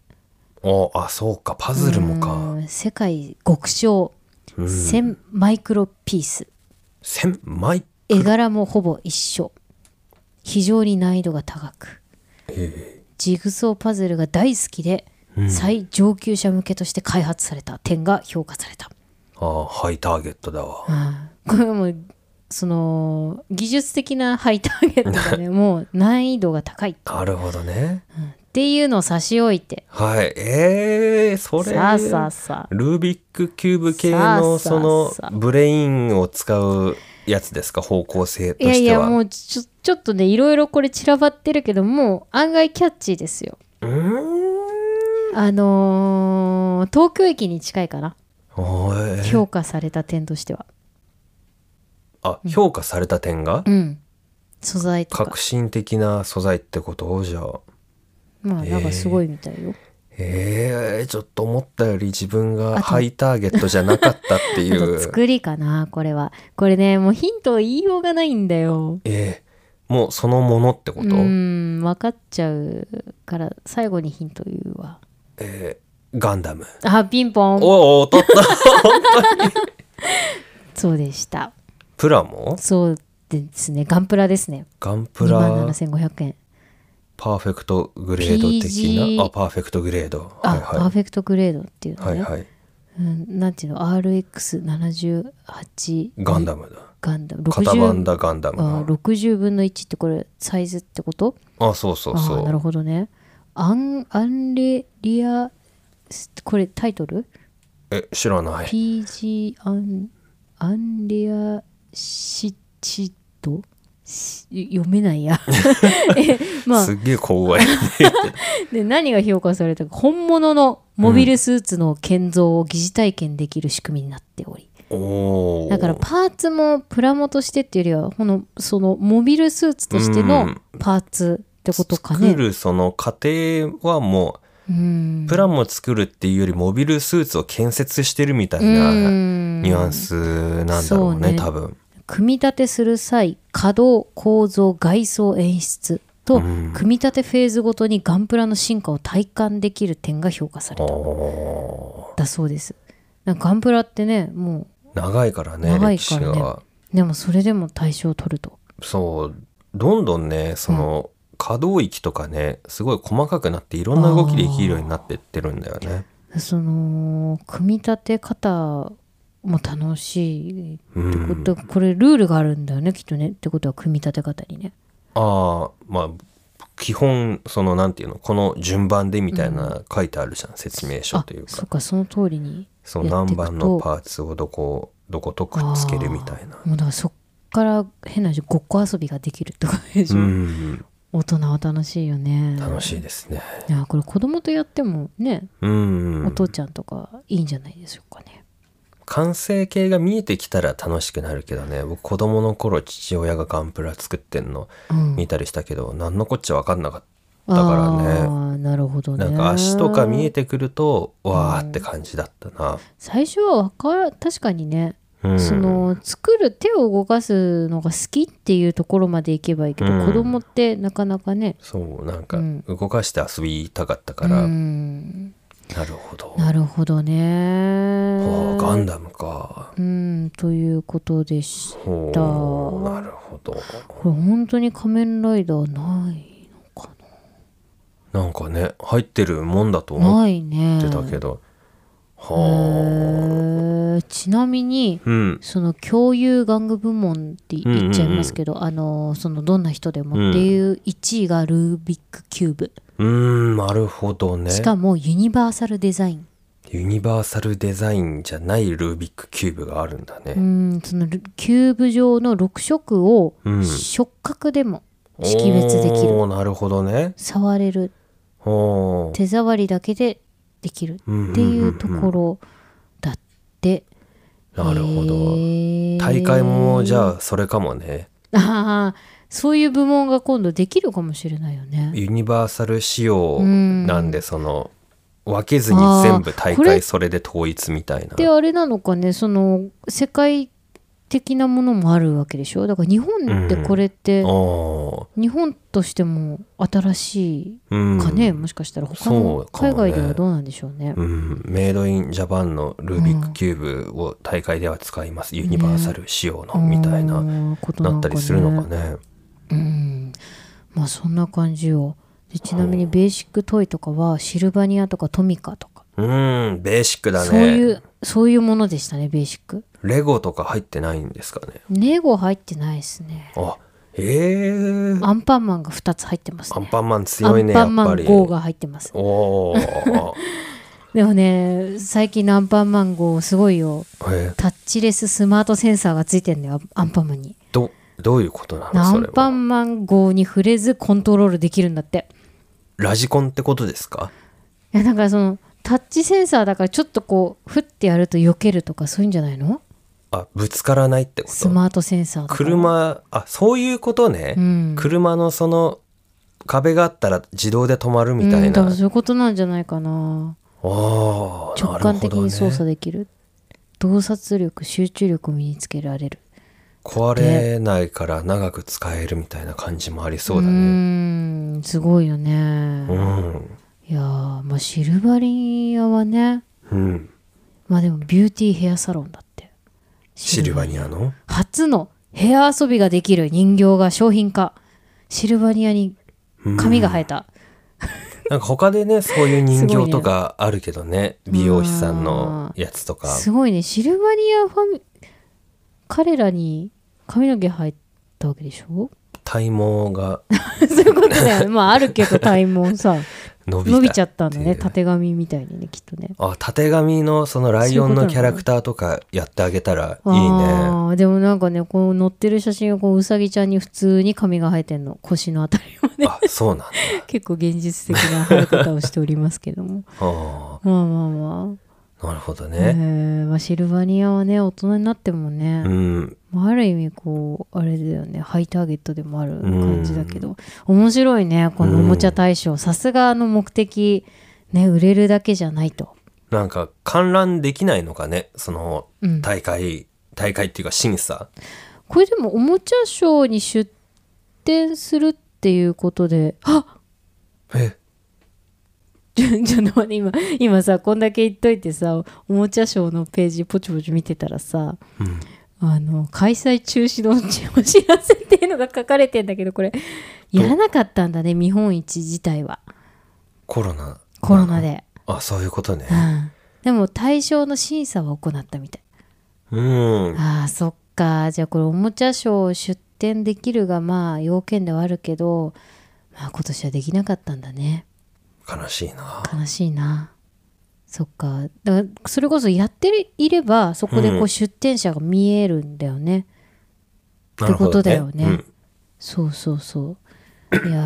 Speaker 1: おあそうかパズルも
Speaker 2: う
Speaker 1: か
Speaker 2: ん世界極小
Speaker 1: うん
Speaker 2: 1000マイクロピース
Speaker 1: 千枚
Speaker 2: 絵柄もほぼ一緒非常に難易度が高くジグソーパズルが大好きで、最上級者向けとして開発された点が評価された、
Speaker 1: あハイターゲットだわ
Speaker 2: これはもうその技術的なハイターゲット がねもう難易度が高いっ
Speaker 1: なるほどね
Speaker 2: ていうのを差し置いて
Speaker 1: はいえー、それ
Speaker 2: さあさあさあ
Speaker 1: ルービックキューブ系
Speaker 2: さあ
Speaker 1: のその
Speaker 2: さあ
Speaker 1: ブレインを使うやつですか方向性と
Speaker 2: いやい
Speaker 1: して
Speaker 2: や
Speaker 1: は
Speaker 2: もうちょちょっとねいろいろこれ散らばってるけどもう案外キャッチーですよ
Speaker 1: うーん
Speaker 2: あのー東京駅に近いかな
Speaker 1: おい
Speaker 2: 評価された点としては
Speaker 1: あ評価された点が
Speaker 2: うん素材とか
Speaker 1: 革新的な素材ってことじゃあ
Speaker 2: まあなんかすごいみたいよ、
Speaker 1: ええちょっと思ったより自分
Speaker 2: あ
Speaker 1: が
Speaker 2: と
Speaker 1: ハイターゲットじゃなかったってい
Speaker 2: あと
Speaker 1: う。
Speaker 2: 作りかなこれはこれねもうヒント言いようがないんだよ
Speaker 1: ええもうそのものってこ
Speaker 2: う
Speaker 1: と、
Speaker 2: ーん分かっちゃうから最後にヒント言うわ
Speaker 1: えーガンダム。
Speaker 2: あピンポン
Speaker 1: おお、取った
Speaker 2: そうでした
Speaker 1: プラモ
Speaker 2: そうですねガンプラですね
Speaker 1: ガンプ
Speaker 2: 2万
Speaker 1: ラ、
Speaker 2: 7500円
Speaker 1: パーフェクトグレード的な。
Speaker 2: PG
Speaker 1: あ、パーフェクトグレード。
Speaker 2: あ、
Speaker 1: はい
Speaker 2: パー
Speaker 1: は
Speaker 2: フェクトグレードっていう
Speaker 1: い。
Speaker 2: の
Speaker 1: はい
Speaker 2: ね、
Speaker 1: はい。
Speaker 2: うん、なんていうの RX78
Speaker 1: ガンダムだ。
Speaker 2: ガンダム
Speaker 1: 型番
Speaker 2: 60
Speaker 1: だガンダム
Speaker 2: あ
Speaker 1: だ。
Speaker 2: 60分の1ってこれサイズってこと
Speaker 1: あ、そうそう
Speaker 2: ああーな
Speaker 1: そ
Speaker 2: る
Speaker 1: う。
Speaker 2: ほどねアンアンレリアスこれタイトル
Speaker 1: え、知らない。
Speaker 2: ?PG アンアンレアシチドし読めない やえまあ
Speaker 1: すっげえ怖 い。
Speaker 2: で何が評価されたか本物のモビルスーツの建造を疑似体験できる仕組みになっており、
Speaker 1: おお。
Speaker 2: だからパーツもプラモとしてっていうよりはこのそのモビルスーツとして
Speaker 1: う
Speaker 2: の
Speaker 1: ん
Speaker 2: パーツってことか
Speaker 1: 作
Speaker 2: ね。
Speaker 1: るその過程はもう、
Speaker 2: うん
Speaker 1: プラモ作るっていうよりモビルスーツを建設してるみたいなニ
Speaker 2: ニ
Speaker 1: ュアンスなんだろうね,、
Speaker 2: そうね
Speaker 1: 多分
Speaker 2: 組み立てする際稼働構造外装演出と
Speaker 1: うん
Speaker 2: 組み立てフェーズごとにガンプラの進化を体感できる点が評価された
Speaker 1: お
Speaker 2: だそうです。なんかガンプラってねも
Speaker 1: ー長いから
Speaker 2: う
Speaker 1: ね
Speaker 2: 長い
Speaker 1: 歴
Speaker 2: か
Speaker 1: 史
Speaker 2: らね
Speaker 1: が
Speaker 2: でもそれでも大賞を取ると。
Speaker 1: そうどんどんねその、可動域とかねすごい細かくなっていろんな動きできるようになってってるんだよね
Speaker 2: その組み立て方も楽しいってこと、これルールがあるんだよねきっとねってことは組み立て方にね
Speaker 1: ああまあ基本そのなんていうのこの順番でみたいな書いてあるじゃん、説明書
Speaker 2: あ
Speaker 1: というか
Speaker 2: そっかその通りに
Speaker 1: そ
Speaker 2: や
Speaker 1: の
Speaker 2: ってい
Speaker 1: 何
Speaker 2: くと
Speaker 1: 番のパーツをどこどことくっつけるみたいな
Speaker 2: あーもうだからそっから変な話ごっこ遊びができるとかでし
Speaker 1: う
Speaker 2: ょ、
Speaker 1: ん
Speaker 2: 大人は楽しいよね
Speaker 1: 楽しいですね
Speaker 2: いやこれ子供とやってもね、
Speaker 1: うん
Speaker 2: お父ちゃんとかいいんじゃないでしょうかね
Speaker 1: 完成形が見えてきたら楽しくなるけどね僕子供の頃父親がガンプラ作ってんの
Speaker 2: うん
Speaker 1: 見たりしたけど何のこっちゃ分かんなかったからね
Speaker 2: あーなるほどね
Speaker 1: なんか足とか見えてくるとわーって感じだったな、
Speaker 2: 最初はわか確かにね、
Speaker 1: うん、
Speaker 2: その作る手を動かすのが好きっていうところまでいけばいいけど、
Speaker 1: うん
Speaker 2: 子供ってなかなかね
Speaker 1: そうなんか
Speaker 2: うん
Speaker 1: 動かして遊びたかったから、
Speaker 2: うん
Speaker 1: なるほど
Speaker 2: なるほどね
Speaker 1: ほうガンダムか
Speaker 2: うんということでし
Speaker 1: ほ
Speaker 2: だ
Speaker 1: うなるほど
Speaker 2: これ本当に仮面ライダーないのか
Speaker 1: なんかね入ってるもんだと
Speaker 2: な
Speaker 1: 思っ
Speaker 2: ないね
Speaker 1: てたけど、
Speaker 2: へ
Speaker 1: はあ
Speaker 2: ーちなみに
Speaker 1: うん
Speaker 2: その共有玩具部門って言っちゃいますけど、あのそのどんな人でもっていう1位がルービックキューブ、
Speaker 1: うーんなるほどね
Speaker 2: しかもユニバーサルデザイン
Speaker 1: ユニバーサルデザインじゃないルービックキューブがあるんだ
Speaker 2: う
Speaker 1: ね、
Speaker 2: んそのルキューブ状の6色を
Speaker 1: うん
Speaker 2: 触覚でも識別できる、
Speaker 1: おーなるほどね
Speaker 2: 触れる
Speaker 1: ほ
Speaker 2: 手触りだけでできる
Speaker 1: うんうんうんうん
Speaker 2: っていうところだって、
Speaker 1: うなるほど、
Speaker 2: へー
Speaker 1: 大会もじゃあそれかもね
Speaker 2: ああそういう部門が今度できるかもしれないよね
Speaker 1: ユニバーサル仕様
Speaker 2: うん
Speaker 1: なんでその分けずに全部大
Speaker 2: あーこれ
Speaker 1: 会それで統一みたいな
Speaker 2: であれなのかねその世界的なものもあるわけでしょだから日本ってこれって、
Speaker 1: おー
Speaker 2: 日本としても新しい
Speaker 1: うん
Speaker 2: かね、もしかしたら他
Speaker 1: そう
Speaker 2: の
Speaker 1: かもね
Speaker 2: 海外ではどうなんでしょうね。
Speaker 1: うん、メイドインジャパンのルービックキューブを大会では使います、ユニバーサル仕様のみたいな、
Speaker 2: うんこと
Speaker 1: な
Speaker 2: な
Speaker 1: っ
Speaker 2: ん
Speaker 1: た
Speaker 2: か
Speaker 1: りするのか
Speaker 2: ね。
Speaker 1: ね
Speaker 2: うん、まあそんな感じよ。でちなみにベーシックトイとかはシルバニアとかトミカとか、
Speaker 1: うんベーシックだね
Speaker 2: そういうそういうものでしたねベーシック。
Speaker 1: レゴとか入ってないんですかね
Speaker 2: ネゴ入ってないですね。
Speaker 1: あええー、
Speaker 2: アンパンマンが2つ入ってます
Speaker 1: アン
Speaker 2: ね。
Speaker 1: パンマン強
Speaker 2: ア
Speaker 1: いね
Speaker 2: ン
Speaker 1: や
Speaker 2: パ
Speaker 1: っ
Speaker 2: ンマ
Speaker 1: ぱ
Speaker 2: ン
Speaker 1: り
Speaker 2: GO が入ってます。
Speaker 1: おー
Speaker 2: でもね最近のアンパンマン GO すごいよ。
Speaker 1: え
Speaker 2: タッチレススマートセンサーがついてんだよアンパンマンに。
Speaker 1: どどういうことなの
Speaker 2: ア
Speaker 1: それ
Speaker 2: ンパ
Speaker 1: は
Speaker 2: ンマン号に触れずコントロールできるんだって
Speaker 1: ラジコンってことですか
Speaker 2: いやだからそのタッチセンサーだからちょっとこうふってやると避けるとかそういうんじゃないの
Speaker 1: あぶつからないってこ
Speaker 2: ス
Speaker 1: と
Speaker 2: マートセンサーだから
Speaker 1: 車あそういうことね、
Speaker 2: うん
Speaker 1: 車のその壁があったら自動で止まるみた
Speaker 2: う
Speaker 1: い
Speaker 2: ん多
Speaker 1: な、
Speaker 2: 分そういうことなんじゃないかな
Speaker 1: ああ
Speaker 2: 直感的
Speaker 1: なるほ
Speaker 2: に操
Speaker 1: どね
Speaker 2: 作できる洞察力集中力を身につけられる
Speaker 1: 壊れないから長く使えるみたいな感じもありそうだ
Speaker 2: う
Speaker 1: ね
Speaker 2: ーんすごいよね、
Speaker 1: うん
Speaker 2: いやーまあシルバリアはね
Speaker 1: うん
Speaker 2: まあでもビューティーヘアサロンだって
Speaker 1: シルバニアの
Speaker 2: 初のヘア遊びができる人形が商品化シルバニアに髪が生えた、
Speaker 1: なんか他でねそういう人形とかあるけどね美容師さんのやつとか
Speaker 2: すごいねシルバニアファミ彼らに髪の毛生えたわけでし ょ
Speaker 1: 体毛が
Speaker 2: そういうことだよねまああるけど体毛さ
Speaker 1: 伸び
Speaker 2: 伸びちゃったん
Speaker 1: て
Speaker 2: だ
Speaker 1: いう
Speaker 2: ね縦髪みたいにねきっとね
Speaker 1: あ縦紙のそのライオン
Speaker 2: そういうことな
Speaker 1: の
Speaker 2: の
Speaker 1: キャラクターとかやってあげたらいいね
Speaker 2: あーでもなんかねこう乗ってる写真はこううさぎちゃんに普通に髪が生えてんの腰のあたりは
Speaker 1: あそうなんだ
Speaker 2: 結構現実的な生え方をしておりますけども
Speaker 1: あ
Speaker 2: まあまあまあ
Speaker 1: ーなるほど
Speaker 2: え
Speaker 1: ね
Speaker 2: ーまあ、シルバニアはね大人になってもね
Speaker 1: う、ん
Speaker 2: まあ、ある意味こうあれだよねハイターゲットでもある感じだけど、面白いねこのおもちゃ大賞、さすがあの目的ね売れるだけじゃないと
Speaker 1: なんか観覧できないのかねその
Speaker 2: うん
Speaker 1: 大会、大会っていうか審査
Speaker 2: これでもおもちゃショーに出展するっていうことであ
Speaker 1: え
Speaker 2: ちょちょっと待って今今さこんだけ言っといてさおもちゃショーのページポチポチ見てたらさ
Speaker 1: うん
Speaker 2: あの開催中止のお知らせっていうのが書かれてんだけどこれやらなかったんだね見本市自体は
Speaker 1: コロナ
Speaker 2: コロナで、
Speaker 1: あそういうことね
Speaker 2: うん、でも対象の審査は行ったみたい
Speaker 1: うん
Speaker 2: あーそっかじゃあこれおもちゃショー出展できるがまあ要件ではあるけど、まあ、今年はできなかったんだね
Speaker 1: 悲しいな
Speaker 2: 悲しいなそっかだからそれこそやっていればそこでこ
Speaker 1: う
Speaker 2: うん出店者が見えるんだよね、
Speaker 1: なるほ
Speaker 2: ってこと
Speaker 1: ど
Speaker 2: だ
Speaker 1: ね
Speaker 2: よね
Speaker 1: うん
Speaker 2: そうそうそう いや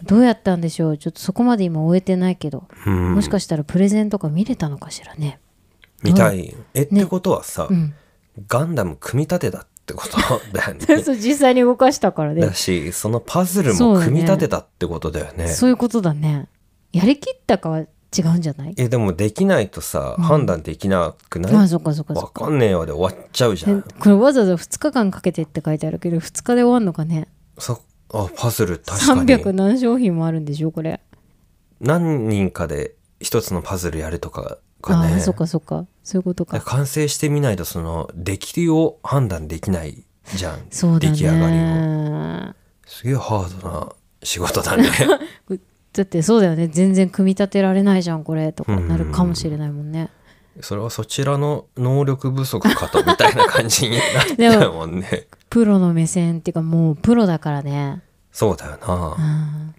Speaker 2: ーどうやったんでしょうちょっとそこまで今終えてないけど、
Speaker 1: うん
Speaker 2: もしかしたらプレゼンとか見れたのかしらね
Speaker 1: みたい。え、ってことはさ、
Speaker 2: うん
Speaker 1: ガンダム組み立てたってことだよね。
Speaker 2: そう実際に動かしたからね
Speaker 1: だし、そのパズル
Speaker 2: そう
Speaker 1: も
Speaker 2: だね
Speaker 1: 組み立てたってことだよね。
Speaker 2: そういうことだねやりきったかは違うんじゃない
Speaker 1: え、でもできないとさ、判断できなくない
Speaker 2: ああそっかそっかそ
Speaker 1: わ
Speaker 2: っ
Speaker 1: か
Speaker 2: か
Speaker 1: んねえわで終わっちゃうじゃ
Speaker 2: え
Speaker 1: ん。
Speaker 2: これわざわざ2日間かけてって書いてあるけど2日で終わんのかね
Speaker 1: そあ、パズル確か
Speaker 2: 300
Speaker 1: に。
Speaker 2: 何商品もあるんでしょこれ
Speaker 1: 何人かで一つのパズルやるとか
Speaker 2: あ
Speaker 1: がね。
Speaker 2: あそっかそっかそういうことか
Speaker 1: 完成してみないとその出来を判断できないじゃん。
Speaker 2: そうだ
Speaker 1: 出来上がりを。
Speaker 2: ね
Speaker 1: すげえハードな仕事だ ね。
Speaker 2: だってそうだよね全然組み立てられないじゃんこれとかなるかもしれないもんね
Speaker 1: それはそちらの能力不足かとみたいな感じになっちゃうもんね。
Speaker 2: プロの目線っていうかもうプロだからね
Speaker 1: そうだよな。
Speaker 2: うん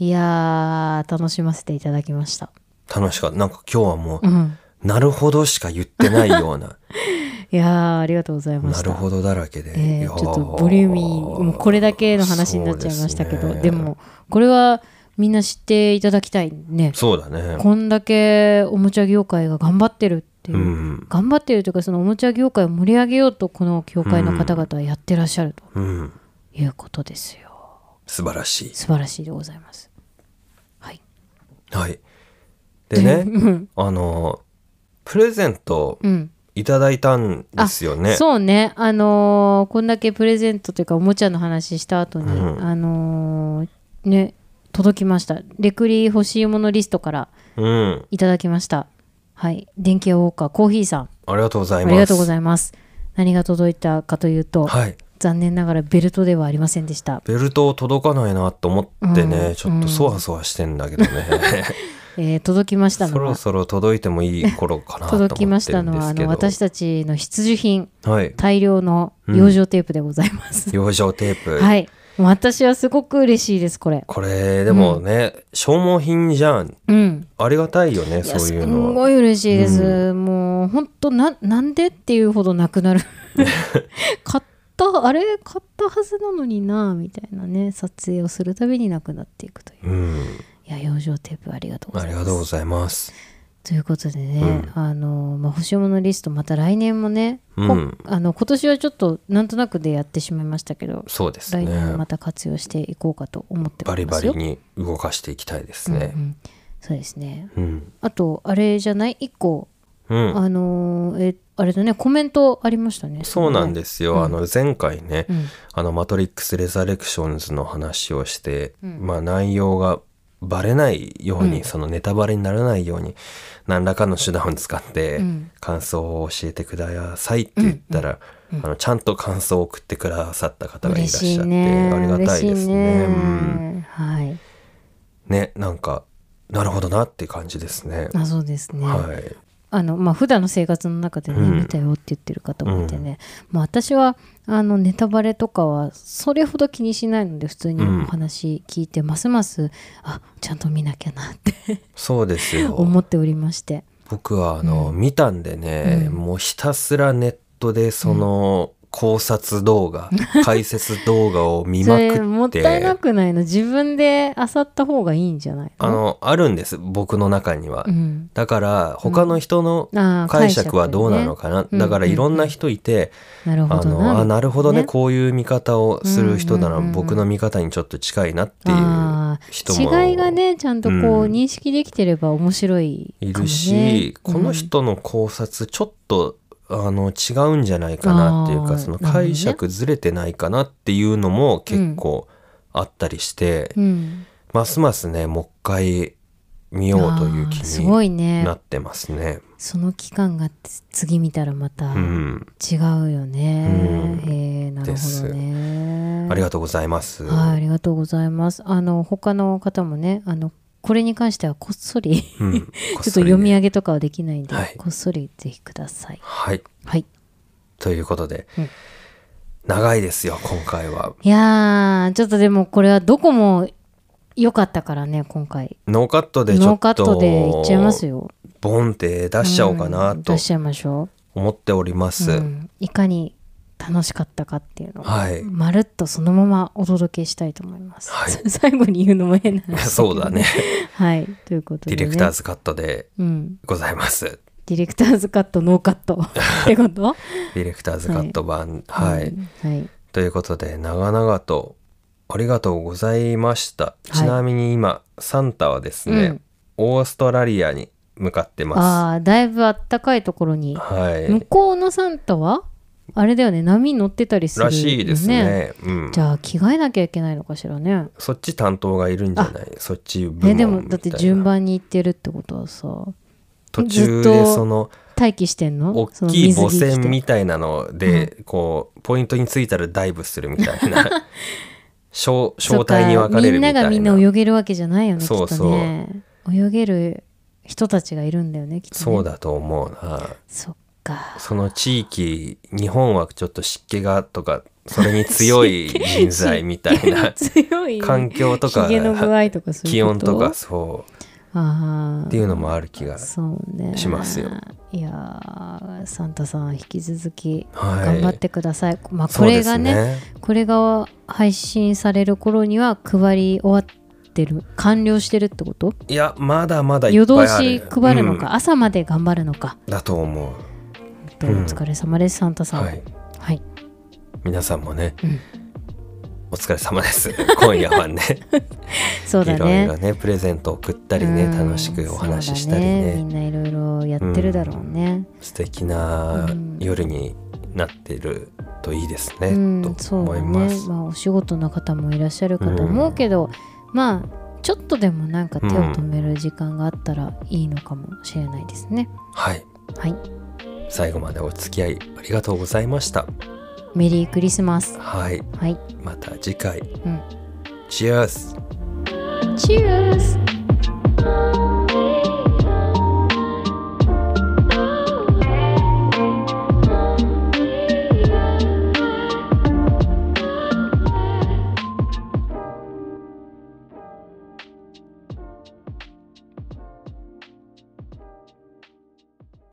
Speaker 2: いやー楽しませていただきました
Speaker 1: 楽しかった。なんか今日はも
Speaker 2: う
Speaker 1: う、
Speaker 2: ん
Speaker 1: なるほどしか言ってないような、
Speaker 2: いやーありがとうございま
Speaker 1: な
Speaker 2: した
Speaker 1: るほどだらけで。い
Speaker 2: え
Speaker 1: や
Speaker 2: ー
Speaker 1: ー
Speaker 2: ちょっとボリューミーもうこれだけの話になっちゃいましたけど
Speaker 1: そう
Speaker 2: です
Speaker 1: ね
Speaker 2: もこれはみんな知っていただきたいね
Speaker 1: そうだね。
Speaker 2: こんだけおもちゃ業界が頑張ってるっていう、
Speaker 1: うん。
Speaker 2: 頑張ってるというかそのおもちゃ業界を盛り上げようとこの業界の方々はやってらっしゃると
Speaker 1: うん。
Speaker 2: いうことですよ
Speaker 1: 素晴らしい。
Speaker 2: 素晴らしいでございますはい
Speaker 1: はい。でね、あの、プレゼント
Speaker 2: うん
Speaker 1: いただいたんですよね。
Speaker 2: そうねあのーこんだけプレゼントというかおもちゃの話した後に、
Speaker 1: うん
Speaker 2: あのーね届きましたレクリ欲しいものリストから
Speaker 1: うん。
Speaker 2: いただきましたはい電気屋ウォーカーコーヒーさん
Speaker 1: ありがとうござ
Speaker 2: あ
Speaker 1: います。
Speaker 2: りがとうご
Speaker 1: い
Speaker 2: ざいます何が届いたかというと、
Speaker 1: はい。
Speaker 2: 残念ながらベルトではありませんでした
Speaker 1: ベルト届かないなと思ってね、
Speaker 2: うん
Speaker 1: ちょっとそわそわしてんだけど ね。
Speaker 2: えー届きました
Speaker 1: そ
Speaker 2: の
Speaker 1: ろ
Speaker 2: は
Speaker 1: そろ届いてもいい頃かなと思って
Speaker 2: 届
Speaker 1: るんですけど。
Speaker 2: きましたのはあの私たちの必需品
Speaker 1: はい。
Speaker 2: 大量の養生テープでございます、
Speaker 1: 養生テープ。
Speaker 2: はいもう私はすごく嬉しいですこれ
Speaker 1: これ、でもね、消耗品じゃん。
Speaker 2: うん
Speaker 1: ありがたいよね、
Speaker 2: いや
Speaker 1: そういう
Speaker 2: すん
Speaker 1: のは。
Speaker 2: ごい嬉しいです、もう本当ななんでっていうほどなく なる買ったあれ買ったはずなのになみたいなね撮影をするたびになくなっていくという
Speaker 1: うん。
Speaker 2: いや養生テープありがとうご
Speaker 1: あ
Speaker 2: ざい
Speaker 1: り
Speaker 2: ます
Speaker 1: がとうございます。
Speaker 2: ということでね、
Speaker 1: うん
Speaker 2: あのまあ、欲しいものリストまた来年もね、こ
Speaker 1: うん
Speaker 2: あの今年はちょっとなんとなくでやってしまいましたけど、
Speaker 1: そうです
Speaker 2: 来年
Speaker 1: ね
Speaker 2: ま。た活用していこうかと思ってお
Speaker 1: バ
Speaker 2: り
Speaker 1: リ
Speaker 2: ま
Speaker 1: バ
Speaker 2: すよ
Speaker 1: リに動かしていきたいです
Speaker 2: うん
Speaker 1: ね
Speaker 2: う。んそうですね
Speaker 1: うん。
Speaker 2: あとあれじゃない一個、
Speaker 1: うん。
Speaker 2: あのーえあれだねコメントありましたね
Speaker 1: そうなん
Speaker 2: す、
Speaker 1: ですよ。あの、前回ね、
Speaker 2: うん
Speaker 1: あの「マトリックス・レザレクションズ」の話をして、
Speaker 2: うん
Speaker 1: まあ、内容がバレないように、
Speaker 2: うん
Speaker 1: そのネタバレにならないように何らかの手段を使って
Speaker 2: うん
Speaker 1: 感想を教えてくださいって言ったら、あのちゃんと感想を送ってくださった方がいらっ
Speaker 2: 嬉し
Speaker 1: し
Speaker 2: い
Speaker 1: ゃって
Speaker 2: ね
Speaker 1: ありがたいですね。
Speaker 2: 嬉しい
Speaker 1: うん
Speaker 2: ねはい
Speaker 1: ねなんかなるほどなって感じですね。
Speaker 2: あそうですね、
Speaker 1: はい、
Speaker 2: あのまあ普段の生活の中でね、
Speaker 1: うん
Speaker 2: 見たよって言ってる方もいてね、まあ、私はあのネタバレとかはそれほど気にしないので普通に
Speaker 1: うん
Speaker 2: お話聞いて、ますますあちゃんと見なきゃなって
Speaker 1: そうですよ
Speaker 2: 思っておりまして
Speaker 1: 僕はあの、見たんでね、
Speaker 2: うん
Speaker 1: もうひたすらネットでその考察動 画、解説動画を見
Speaker 2: そ
Speaker 1: まくっ
Speaker 2: れ
Speaker 1: て
Speaker 2: もったいなくないの自分で漁った方がいいんじゃない
Speaker 1: あのあるんです僕の中には、
Speaker 2: うん、
Speaker 1: だから他の人の
Speaker 2: あー
Speaker 1: 解釈はどうなのかな、
Speaker 2: うん
Speaker 1: だからいろんな人いて、
Speaker 2: なるほ
Speaker 1: あ
Speaker 2: ど
Speaker 1: の
Speaker 2: な
Speaker 1: あなるほどね
Speaker 2: ね
Speaker 1: こういう見方をする人なら
Speaker 2: うんうんうんうん
Speaker 1: 僕の見方にちょっと近いなっていう
Speaker 2: あー
Speaker 1: 人も
Speaker 2: 違いがねちゃんとこう
Speaker 1: うん
Speaker 2: 認識できてれば面白いかも、ね
Speaker 1: いるし、
Speaker 2: うん
Speaker 1: この人の考察ちょっとあの違うんじゃないかなっていう
Speaker 2: あー
Speaker 1: かその
Speaker 2: なるほどね
Speaker 1: 解釈ずれてないかなっていうのも結構あったりして、
Speaker 2: うん、
Speaker 1: ますますねもう一回見ようという気
Speaker 2: あーすご
Speaker 1: に
Speaker 2: いね
Speaker 1: なってますね。
Speaker 2: その期間がつ次見たらまた
Speaker 1: うん、
Speaker 2: 違うよね。
Speaker 1: うん
Speaker 2: へえなるほどね。
Speaker 1: あり
Speaker 2: が
Speaker 1: がとうございます。
Speaker 2: はい、ありがとうございます。あの他の方もね、あのこれに関してはこっそりちょ
Speaker 1: うん、ち
Speaker 2: っと読み上げとかはできないんで、
Speaker 1: はい
Speaker 2: こっそりぜひください。
Speaker 1: はい
Speaker 2: はい。
Speaker 1: ということで、
Speaker 2: うん
Speaker 1: 長いですよ今回は。
Speaker 2: いやーちょっとでもこれはどこも良かったからね今回
Speaker 1: ノーカットでちょ
Speaker 2: ノー
Speaker 1: っと
Speaker 2: カットでいっちゃいますよ
Speaker 1: ボンって出しちゃおうかな
Speaker 2: うん
Speaker 1: と
Speaker 2: 出しちゃいましょ
Speaker 1: 思っておりま
Speaker 2: う、
Speaker 1: す、
Speaker 2: うん、いかに楽しかったかっていうのを、
Speaker 1: はい
Speaker 2: まるっとそのままお届けしたいと思います、
Speaker 1: はい
Speaker 2: 最後に言うのも変 なんですけ
Speaker 1: そ
Speaker 2: ど
Speaker 1: うだね
Speaker 2: はいということ
Speaker 1: デ
Speaker 2: で、ね、
Speaker 1: ィレクターズカットで
Speaker 2: うん
Speaker 1: ござい ます
Speaker 2: ディレクターズカットノーカットってこと
Speaker 1: ディレクターズカット版はい、
Speaker 2: うんはい
Speaker 1: ということで長々とありがとうございました、
Speaker 2: い
Speaker 1: ちなみに今サンタはですね、
Speaker 2: うん
Speaker 1: オーストラリアに向かってま
Speaker 2: ああだいぶあったかいところに
Speaker 1: すは
Speaker 2: 向
Speaker 1: い
Speaker 2: こうのサンタはあれだよね波乗ってたりするよ
Speaker 1: らしいですねうん
Speaker 2: じゃあ着替えなきゃいけないのかしらね
Speaker 1: そっち担当がいるんじゃないそっち部門み
Speaker 2: え
Speaker 1: た
Speaker 2: で
Speaker 1: いな
Speaker 2: もだって順番に行ってるってことはさ
Speaker 1: 途
Speaker 2: ず
Speaker 1: 中
Speaker 2: っ
Speaker 1: で
Speaker 2: と
Speaker 1: その
Speaker 2: 待機してんの
Speaker 1: 大
Speaker 2: その
Speaker 1: きい
Speaker 2: 水
Speaker 1: 母
Speaker 2: 着着て
Speaker 1: 船みたいなので、こうポイントについたらダイブするみたい な小小隊に分かれるみたい
Speaker 2: そっ
Speaker 1: な
Speaker 2: かみんながみんな泳げるわけじゃないよね
Speaker 1: そう
Speaker 2: きっとね泳げる人たちがいるんだよねきっとね
Speaker 1: そうだと思うな
Speaker 2: そっか
Speaker 1: その地域日本はちょっと湿気がとかそれに強い人材みたいな
Speaker 2: 強い
Speaker 1: 環境とか
Speaker 2: ひげの具合とかそうい
Speaker 1: 気
Speaker 2: うこ
Speaker 1: 温とかそう
Speaker 2: ああ
Speaker 1: っていうのもある気が
Speaker 2: そうね
Speaker 1: しますよ
Speaker 2: いやーサンタさん引き続き
Speaker 1: はい
Speaker 2: 頑張ってください、まあこ
Speaker 1: そう
Speaker 2: れ
Speaker 1: で
Speaker 2: が
Speaker 1: す
Speaker 2: ね
Speaker 1: ね
Speaker 2: これが配信される頃には配り終わってる完了してるってこと
Speaker 1: いやまだまだいっ
Speaker 2: 夜
Speaker 1: ぱ
Speaker 2: 通
Speaker 1: いある
Speaker 2: し配るのか、、朝まで頑張るのか
Speaker 1: うんだと思う
Speaker 2: 本当にお疲れ様です、サンタさん
Speaker 1: はい
Speaker 2: はい、
Speaker 1: 皆さんもね、
Speaker 2: うん
Speaker 1: お疲れ様です 今夜はね
Speaker 2: そうだ
Speaker 1: いろい
Speaker 2: ね
Speaker 1: ろねプレゼント送ったりね
Speaker 2: うん
Speaker 1: 楽しくお話ししたり
Speaker 2: そうだ
Speaker 1: ね
Speaker 2: みんないろいろやってるだろうね、
Speaker 1: 素敵な夜になってるといいですね、
Speaker 2: うん
Speaker 1: と
Speaker 2: そう
Speaker 1: 思
Speaker 2: だ
Speaker 1: い
Speaker 2: ね
Speaker 1: ます、
Speaker 2: まあ、お仕事の方もいらっしゃるかと思うけど、まあちょっとでもなんか手を止める時間があったらいいのかもしれないですね、
Speaker 1: はい
Speaker 2: はい
Speaker 1: 最後までお付き合いありがとうございました
Speaker 2: メリークリスマス
Speaker 1: はい
Speaker 2: はい
Speaker 1: また次回
Speaker 2: うん
Speaker 1: Cheers!
Speaker 2: Cheers!